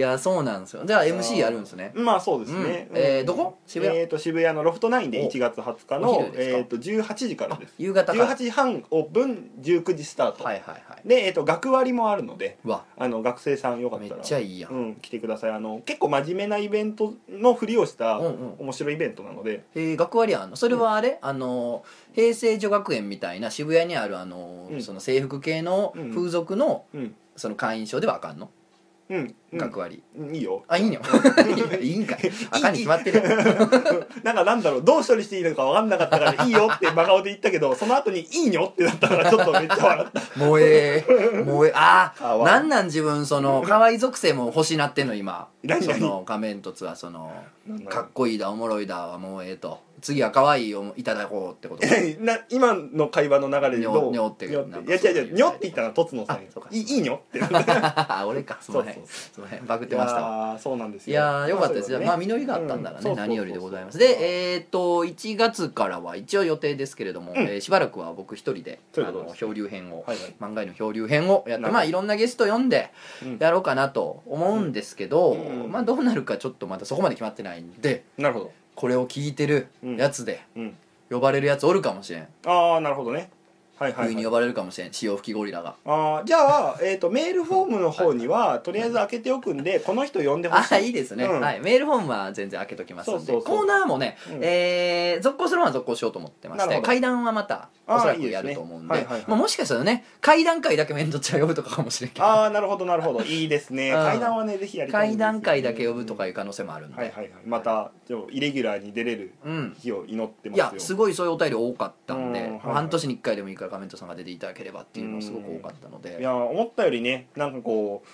S2: やそうなんですよじゃあ MC やるんですね
S1: まあそうですね、
S2: うんえーどこ渋谷
S1: えー、と渋谷のロフト9で
S2: お
S1: 1月20日
S2: お
S1: の
S2: 昼、ですか
S1: えー、と18時からです
S2: 夕方から
S1: 18時半オープン19時スタート、
S2: はいはいはい
S1: で、えー、と学割もあるので
S2: うわ
S1: あの学生さんよかっ
S2: めった
S1: ら
S2: ちゃいいやん、
S1: うん、来てくださいあの結構真面目なイベントのふりをした
S2: うんうん
S1: 面白いイベントなので、
S2: えー、学割あんのそれはあれ、あの平成女学園みたいな渋谷にあるあの、
S1: うん
S2: その制服系の
S1: うん
S2: 風俗の、
S1: うん
S2: その会員証ではあかんの、
S1: うんうん、
S2: 学割
S1: いいよ
S2: あいいのいいんかいあかんに決まってるやん
S1: なんかなんだろうどう処理していいのか分かんなかったから「いいよ」って真顔で言ったけどその後に「いいにょ」ってなったからちょっとめっちゃ笑った
S2: 萌え萌えあ
S1: か
S2: あ
S1: わいい
S2: なんなん自分その可愛い属性も欲しなってんの今
S1: 何
S2: そ
S1: 何
S2: の仮面凸はその
S1: なんだろう
S2: かっこいいだおもろいだはもうええと次は可愛いをいただこうってこと
S1: <laughs> <laughs> な今の会話の流れでどう
S2: にょにょって
S1: にょ
S2: なん
S1: い
S2: か
S1: や
S2: そうい
S1: 違
S2: う
S1: う違うにょって言ったのはとつのさん
S2: あ <laughs> そうか
S1: いいいいにょってなっ
S2: あ俺かすみません
S1: <laughs> そう
S2: すみませんバグっててましたわ
S1: あそうなんです
S2: い
S1: よ
S2: やーよかったです
S1: ま
S2: よ、
S1: あそうだね
S2: まあ実りがあったんだらね、
S1: うん
S2: 何よりでございます
S1: そうそうそうそう
S2: でえっ、と1月からは一応予定ですけれども、
S1: ん
S2: えーしばらくは僕一人で
S1: という
S2: あ
S1: こと
S2: の
S1: です
S2: 漂流編を、
S1: はいはい
S2: 漫画への漂流編をや
S1: な
S2: って
S1: るほど
S2: まあいろんなゲスト読んで
S1: うん
S2: やろうかなと思うんですけど、
S1: うん
S2: まあどうなるかちょっとまだそこまで決まってないんで
S1: なるほど、
S2: これを聞いてるやつで
S1: うん、
S2: 呼ばれるやつおるかもしれん、
S1: ああなるほどねはいはい、は
S2: 冬
S1: い
S2: に呼ばれるかもしれん潮吹きゴリラが。
S1: あーじゃあ、えー、とメールフォームの方にはとりあえず開けておくんでこの人呼んでほしい
S2: あいいですね、
S1: うん
S2: はい、メールフォームは全然開けときますんで
S1: そうそうそう
S2: コーナーもね、
S1: うん
S2: えー続行するのは続行しようと思ってまし
S1: なる
S2: て
S1: ほど
S2: 階段はまた
S1: あー
S2: おそらく
S1: いいです
S2: や
S1: ね
S2: ると思うん
S1: は
S2: で
S1: いはいはい
S2: まあもしかしたらね階段階だけ面倒っちゃ呼ぶとかかもしれんけど
S1: ああなるほどなるほどいいですね
S2: うん
S1: 階段はねぜひやりたいんです
S2: 階
S1: よ
S2: 段階だけ呼ぶとかいう可能性もあるんで、
S1: はいはいはいまたでもイレギュラーに出れる
S2: うん
S1: 日を祈ってま
S2: い
S1: すよ
S2: やすごいそういうお便り多かったんで、
S1: うんはいはい
S2: 半年に1回でもいいから亀戸さんが出ていただければっていうのがすごく多かったので、
S1: いや思ったよりねなんかこう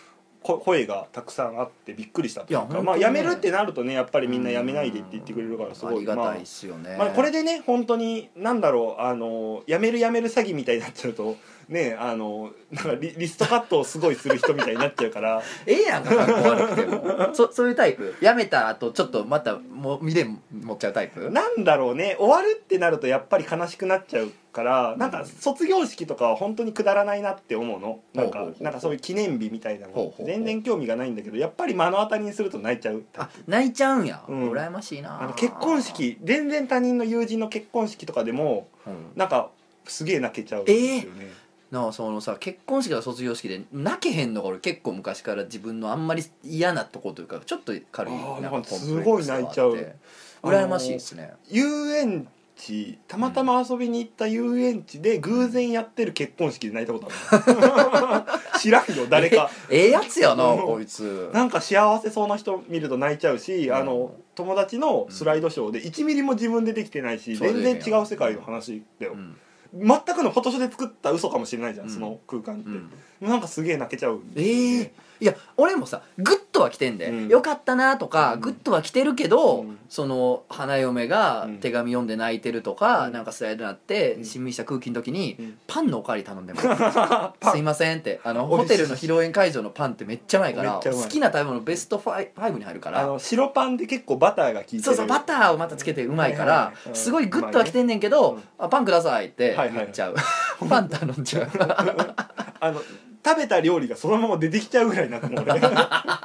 S1: こ声がたくさんあってびっくりしたという
S2: いや本当
S1: か
S2: にね
S1: まあやめるってなるとねやっぱりみんなやめないでって言ってくれるからすごい
S2: ありがたいっ
S1: ます
S2: よね、
S1: あまあこれでね本当になんだろうあのやめるやめる詐欺みたいになっちゃうとねあのなんかリリストカットをすごいする人みたいになっちゃうから
S2: <laughs> ええやんか格好悪くても <laughs> そそういうタイプやめた後ちょっとまたもう未練持っちゃうタイプ
S1: なんだろうね終わるってなるとやっぱり悲しくなっちゃうからなんか卒業式とかは本当にくだらないなって思うのなん
S2: ほう
S1: か
S2: ほうほう
S1: なんかそういう記念日みたいな
S2: ほうほ
S1: の
S2: うほう
S1: 全然興味がないんだけどやっぱり目の当たりにすると泣いちゃう
S2: あ泣いちゃうんや、
S1: うん
S2: 羨ましいな
S1: あの結婚、式全然他人の友人の結婚式とかでも
S2: うん
S1: なんかすげえ泣けちゃうんですよね、
S2: なあそのさ結婚式とか卒業式で泣けへんのが俺結構昔から自分のあんまり嫌なとこというかちょっと軽い
S1: あー
S2: なんかコンプレックス
S1: すごい泣いちゃう
S2: があって羨ましいですね
S1: 遊園地たまたま遊びに行った遊園地で偶然やってる結婚式で泣いたことある
S2: <laughs>
S1: 知らんよ誰か
S2: ええやつやな
S1: うん
S2: こいつ
S1: なんか幸せそうな人見ると泣いちゃうし、
S2: うん
S1: あの友達のスライドショーで1ミリも自分でできてないし
S2: そうだよ
S1: 全
S2: ね
S1: 然違う世界の話だよ、
S2: うん
S1: 全くのフォトショーで作った嘘かもしれないじゃん、
S2: うん
S1: その空間って、
S2: うん
S1: なんかすげえ泣けちゃうん
S2: え
S1: ですよね
S2: ー、いや俺もさグッとは来てんで、
S1: うん
S2: よかったなとか、
S1: うん
S2: グッとは来てるけど、
S1: うん
S2: その花嫁が
S1: うん
S2: 手紙読んで泣いてるとか、
S1: うん
S2: なんかスライドなって、
S1: うん
S2: しんみりした空気の時に、
S1: うん
S2: パンのおかわり頼ん
S1: <laughs>
S2: でますすいませんってあの
S1: 美
S2: ホ
S1: 味しい
S2: テルの披露宴会場のパンってめっちゃうまいから
S1: めっちゃうまい
S2: 好きな食べ物ベスト 5, 5に入るか
S1: あ
S2: ら
S1: の白パンで結構バターが効いてる
S2: そうそうバターをまたつけてうまいか
S1: はい
S2: ら
S1: はいはいうん
S2: すごいグッとは来てんねんけど
S1: うん
S2: 「あパンください」って
S1: はいはい
S2: 言っちゃう <laughs> パン頼んじゃう
S1: あの食べた料理がそのまま出てきちゃうぐらいなんかもう俺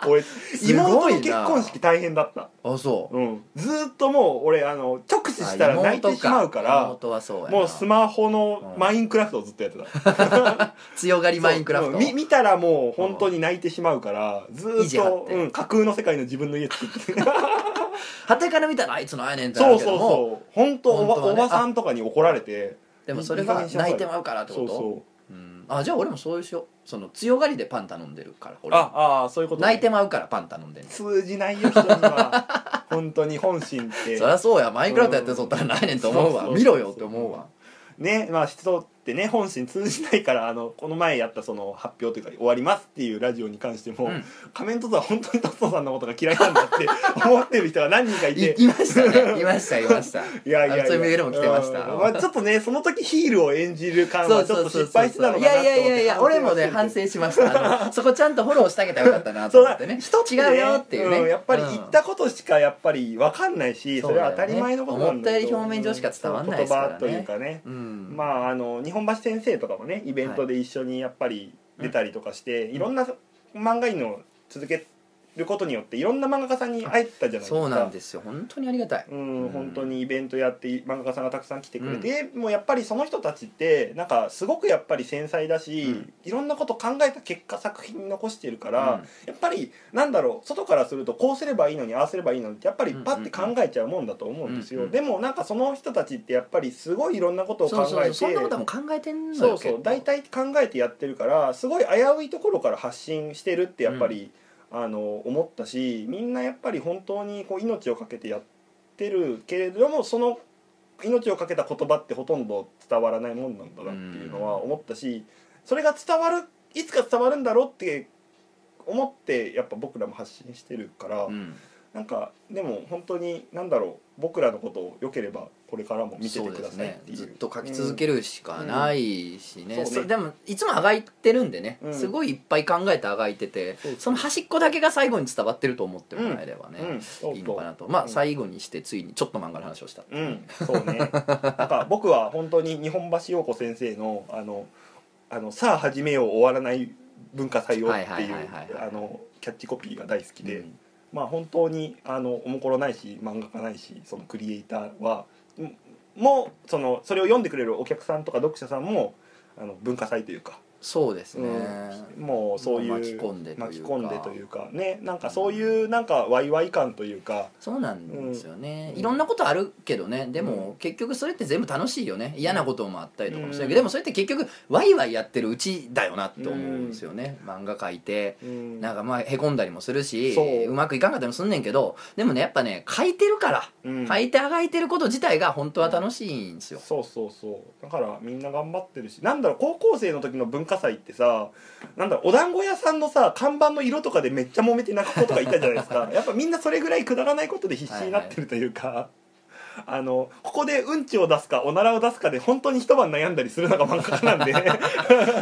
S2: <laughs>
S1: 俺
S2: すご
S1: 妹
S2: い
S1: の
S2: な
S1: 結婚式大変だった、
S2: あそう
S1: うん、ずーっともう俺あの直視したら
S2: あ
S1: 泣いてしまうから
S2: 妹はそうやな
S1: もうスマホの
S2: うん
S1: マインクラフトをずっとやってた
S2: 強がりマインクラフ
S1: そ
S2: ト
S1: ううんみ見たらもう本当に泣いてしまうからず
S2: 意
S1: ーっ
S2: 地張っ
S1: と、
S2: て
S1: うん、架空の世界の自分の家作
S2: <laughs>
S1: って <laughs>
S2: はたから見たらあいつのあやねんってな
S1: そ
S2: る
S1: う
S2: け
S1: そ
S2: ど
S1: う
S2: も
S1: そう本当おば
S2: 本当は
S1: お
S2: ね
S1: ばさんとかに怒られて
S2: でもそれが泣いてまうからって
S1: そ
S2: こ
S1: う
S2: と
S1: そう
S2: うんあじゃあ俺もそういうしようその強がりでパン頼んでるから俺
S1: ああーそういうことね
S2: 泣いてまうからパン頼んでんねん
S1: 通じないよ人には本当に本心って
S2: そりゃそうやマインクラフトやってそうったらないねんと思うわ
S1: そうそうそう
S2: 見ろよって思うわ
S1: ねまあ人ってね本心通じないからあのこの前やったその発表というか終わりますっていうラジオに関しても、
S2: うん
S1: 仮面凸は本当に凸さんのことが嫌いなんだって思ってる人が何人かい
S2: <laughs> い
S1: て
S2: いましたねいましたいました
S1: <laughs> いやいやい
S2: あ
S1: や
S2: のそういうメールも来てました
S1: うんまあ、ちょっとねその時ヒールを演じる感はちょっと失敗してたのかなと思っ
S2: い
S1: て
S2: やいやいやいや俺もね反
S1: はしてる
S2: 省しまし
S1: <laughs>
S2: たあのそこちゃんとフォローしてあげたらよかったなと
S1: そう
S2: 思
S1: だ
S2: ってね
S1: 人ってね
S2: 違うよっていうね、
S1: んやっぱり言ったことしかやっぱり分かんないし、
S2: うん
S1: それは当たり前のことなんだけど
S2: そうだよね思ったより表面上しか伝わんないですからね
S1: うん言葉というかね
S2: うん
S1: まああの日本橋先生とかもねイベントで一緒にやっぱり出たりとかして、いろんな漫画犬を続けることによっていろんな漫画家さんに会えたじゃないですか。
S2: そうなんですよ本当にありがたい
S1: うん
S2: うん
S1: 本当にイベントやって漫画家さんがたくさん来てくれて、もうやっぱりその人たちってなんかすごくやっぱり繊細だし、
S2: うん
S1: いろんなこと考えた結果作品に残してるから、
S2: うん
S1: やっぱりなんだろう外からするとこうすればいいのにああすればいいのにってやっぱりパッて考えちゃうもんだと思うんですよ、
S2: うんうん
S1: でもなんかその人たちってやっぱりすごいいろんなことを
S2: そ
S1: 考
S2: うそうそ
S1: え
S2: う
S1: て
S2: そんなことも考えてんのよ
S1: そうそ
S2: 結
S1: う
S2: 構
S1: 大体考えてやってるからすごい危ういところから発信してるってやっぱり、あの思ったしみんなやっぱり本当にこう命を懸けてやってるけれどもその命を懸けた言葉ってほとんど伝わらないもんなんだなっていうのは思ったし、それが伝わるいつか伝わるんだろうって思ってやっぱ僕らも発信してるから、
S2: うん
S1: なんかでも本当に何だろう僕らのことを良ければこれからも見ててくださいっていう。
S2: そうですね、ずっと書き続けるしかないしね,、
S1: うんそうね
S2: そでもいつもあがいてるんでね、
S1: うん
S2: すごいいっぱい考えてあがいてて
S1: そうそう
S2: その端っこだけが最後に伝わってると思ってもらえればね、
S1: うんそう
S2: いい
S1: そ
S2: の
S1: う
S2: かなとまあ、
S1: うん
S2: 最後にしてついにちょっと漫画の話をした、
S1: うん、そうね。なんか僕は本当に日本橋陽子先生のあのあのさあ始めよう終わらない文化採用って
S2: はいはいいうはいはいはい
S1: あのキャッチコピーが大好きで、
S2: うん
S1: まあ本当にあのおもころないし漫画家ないしそのクリエイターはうんもうそのそれを読んでくれるお客さんとか読者さんもあの文化祭というか、
S2: そうですね、
S1: うんもうそういう
S2: 巻き込んでというか
S1: 巻き込んでというかねなんかそういうなんかワイワイ感というか。
S2: そうなんですよね、
S1: うん
S2: いろんなことあるけどねでも、
S1: う
S2: 結局それって全部楽しいよね嫌なこともあったりとかもするけど、
S1: うん
S2: でもそれって結局ワイワイやってるうちだよなって思うんですよね、漫画描いて
S1: うん
S2: なんかまあへこんだりもするし
S1: そう
S2: うまくいかんかったりもすんねんけどでもねやっぱね書いてるから、
S1: うん
S2: 書いてあがいてること自体が本当は楽しいんですよ、
S1: そうそうそうだからみんな頑張ってるしなんだろう高校生の時の文化祭ってさなんだろうお団子屋さんのさ看板の色とかでめっちゃ
S2: <laughs>
S1: 揉めて泣く子とかいたじゃないですかやっぱみんなそれぐらいくだらないことで必死になってるというか、あのここでうんちを出すかおならを出すかで本当に一晩悩んだりするのが漫画家なんで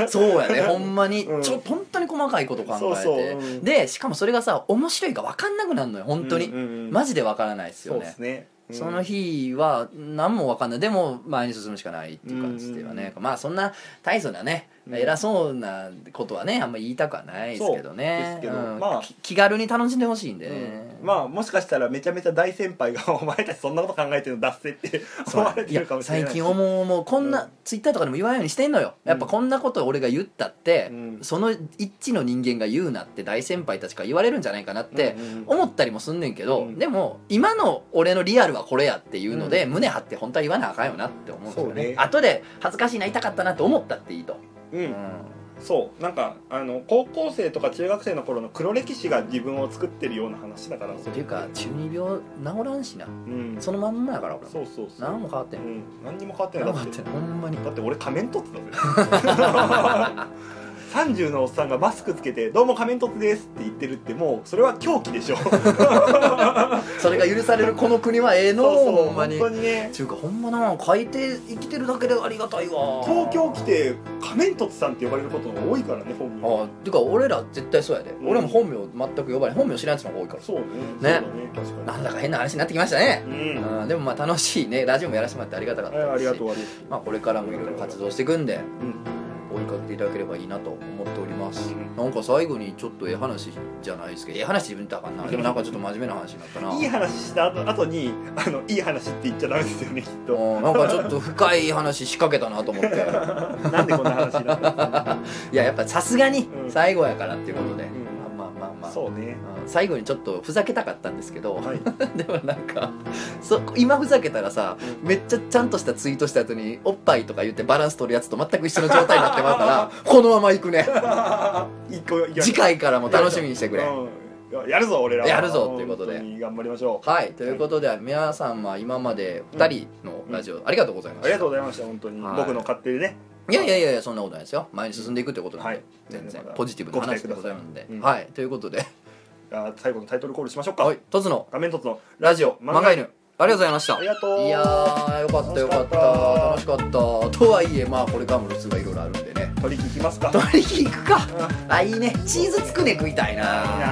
S2: そうやねほんまに、
S1: うん
S2: ちょ本当に細かいこと考えて
S1: そうそううん
S2: でしかもそれがさ面白いか分かんなくなるのよ <laughs> 本当に、
S1: うんうんうん
S2: マジで分からないですよ
S1: そう
S2: ね
S1: ですね、うん
S2: その日は何も分かんないでも前に進むしかないっていう感じではね、まあそんな大層なね
S1: うん
S2: 偉そうなことはねあんま言いたくはないですけどね
S1: そうですけど
S2: うん
S1: まあ
S2: き気軽に楽しんでほしいんでね、
S1: うんまあもしかしたらめちゃめちゃ大先輩が「お前たちそんなこと考えてるの出せ」って
S2: そ
S1: 思
S2: う
S1: われてるかもしれない
S2: や最近思うもうこんな、
S1: うん
S2: ツイッターとかでも言わないようにしてんのよやっぱこんなこと俺が言ったって、
S1: うん
S2: その一致の人間が言うなって大先輩たちから言われるんじゃないかなって
S1: うんうん
S2: 思ったりもすんねんけど、
S1: うん
S2: でも今の俺のリアルはこれやっていうので、
S1: う
S2: 胸張って本当は言わなあかんよなって思うんですよ
S1: そ
S2: ね
S1: うね
S2: 後で恥ずかしいな痛かったなって思ったっていいと、
S1: う
S2: うん
S1: んそうなんかあの高校生とか中学生の頃の黒歴史が自分を作ってるような話だから
S2: っていうか中二病治らんしな
S1: うん
S2: そのまんまやから俺も
S1: そうそうそう
S2: 何も変わって、
S1: うんん何にも変わってない
S2: 何
S1: だ
S2: も変
S1: っ
S2: わって
S1: て
S2: んほんまに
S1: だって俺仮面凸だぜ30のおっさんがマスクつけて「どうも仮面凸です」って言ってるってもうそれは狂気でし
S2: <laughs>
S1: ょ
S2: それが許されるこの国はええの
S1: そうそう
S2: ほんまに
S1: 本当にね
S2: ちゅうかほんまな海底生きてるだけでありがたいわ
S1: 東京来て仮面凸さんって呼ばれることが多いからね本名
S2: ああてか俺ら絶対そうやで、
S1: うん
S2: 俺も本名全く呼ばれない本名知らんやつの方が多いから
S1: そうねそう
S2: ね
S1: だね確
S2: な
S1: か
S2: んだか変な話になってきましたね、
S1: にうん
S2: うん、でもまあ楽しいねラジオもやらせてもらってありがたかったですし
S1: ありがとうありがとう
S2: まあ、これからもいろいろ活動していくんで
S1: うん
S2: 追いかけていただければいいなと思っております、
S1: うん
S2: なんか最後にちょっとええ話じゃないですけどええ話自分ってあかんなでもなんかちょっと真面目な話になったない
S1: い話した後後にあのいい話って言っちゃダメですよねきっと
S2: うんなんかちょっと深い話仕掛けたなと思って
S1: <laughs> なんでこんな話になったんだ
S2: いややっぱさすがに
S1: うん
S2: 最後やからっていうことで、
S1: うん
S2: まあまあまあまあ
S1: そうね
S2: うん最後にちょっとふざけたかったんですけど、
S1: はい
S2: <laughs> でもなんかそ今ふざけたらさめっちゃちゃんとしたツイートした後におっぱいとか言ってバランス取るやつと全く一緒の状態になってまうからこのまま行くね
S1: 一個いや
S2: 次回からも楽しみにしてくれ。
S1: うんややるぞ俺らは
S2: やるぞということで
S1: 本当に頑張りましょう
S2: はいということで皆さんは今まで2人のラジオありがとうございま
S1: あ
S2: し
S1: りが
S2: た
S1: とうございました本当に
S2: はい
S1: 僕の勝手でね
S2: いやいやいやいやそんなことないですよ前に進んでいくということなんで、
S1: はい
S2: 全然
S1: まだ
S2: ポジティブな話でございますんで、
S1: ご期待くだ
S2: はいということで
S1: あ最後のタイトルコールしましょうか
S2: はいとつの
S1: 画面凸の
S2: ラジオ漫画犬ありがとうございました
S1: ありがとう
S2: いやーよかったよかった楽
S1: 楽
S2: しかったとはいえまあこれからも留守がいろいろあるんでね <laughs>
S1: 取り聞きますか
S2: 取りに行くか
S1: うん
S2: あいいねチーズつくね食いたい
S1: いい
S2: な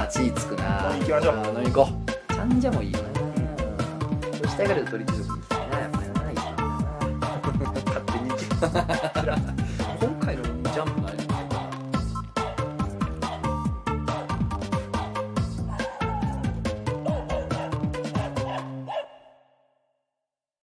S1: な
S2: チーズつくな
S1: 飲み行きましょう
S2: あー飲み行こうちゃんじゃもいいよな
S1: <laughs>
S2: そうしたいから取りに行きたいなやっぱりないいな
S1: 勝手
S2: <laughs>
S1: に行きます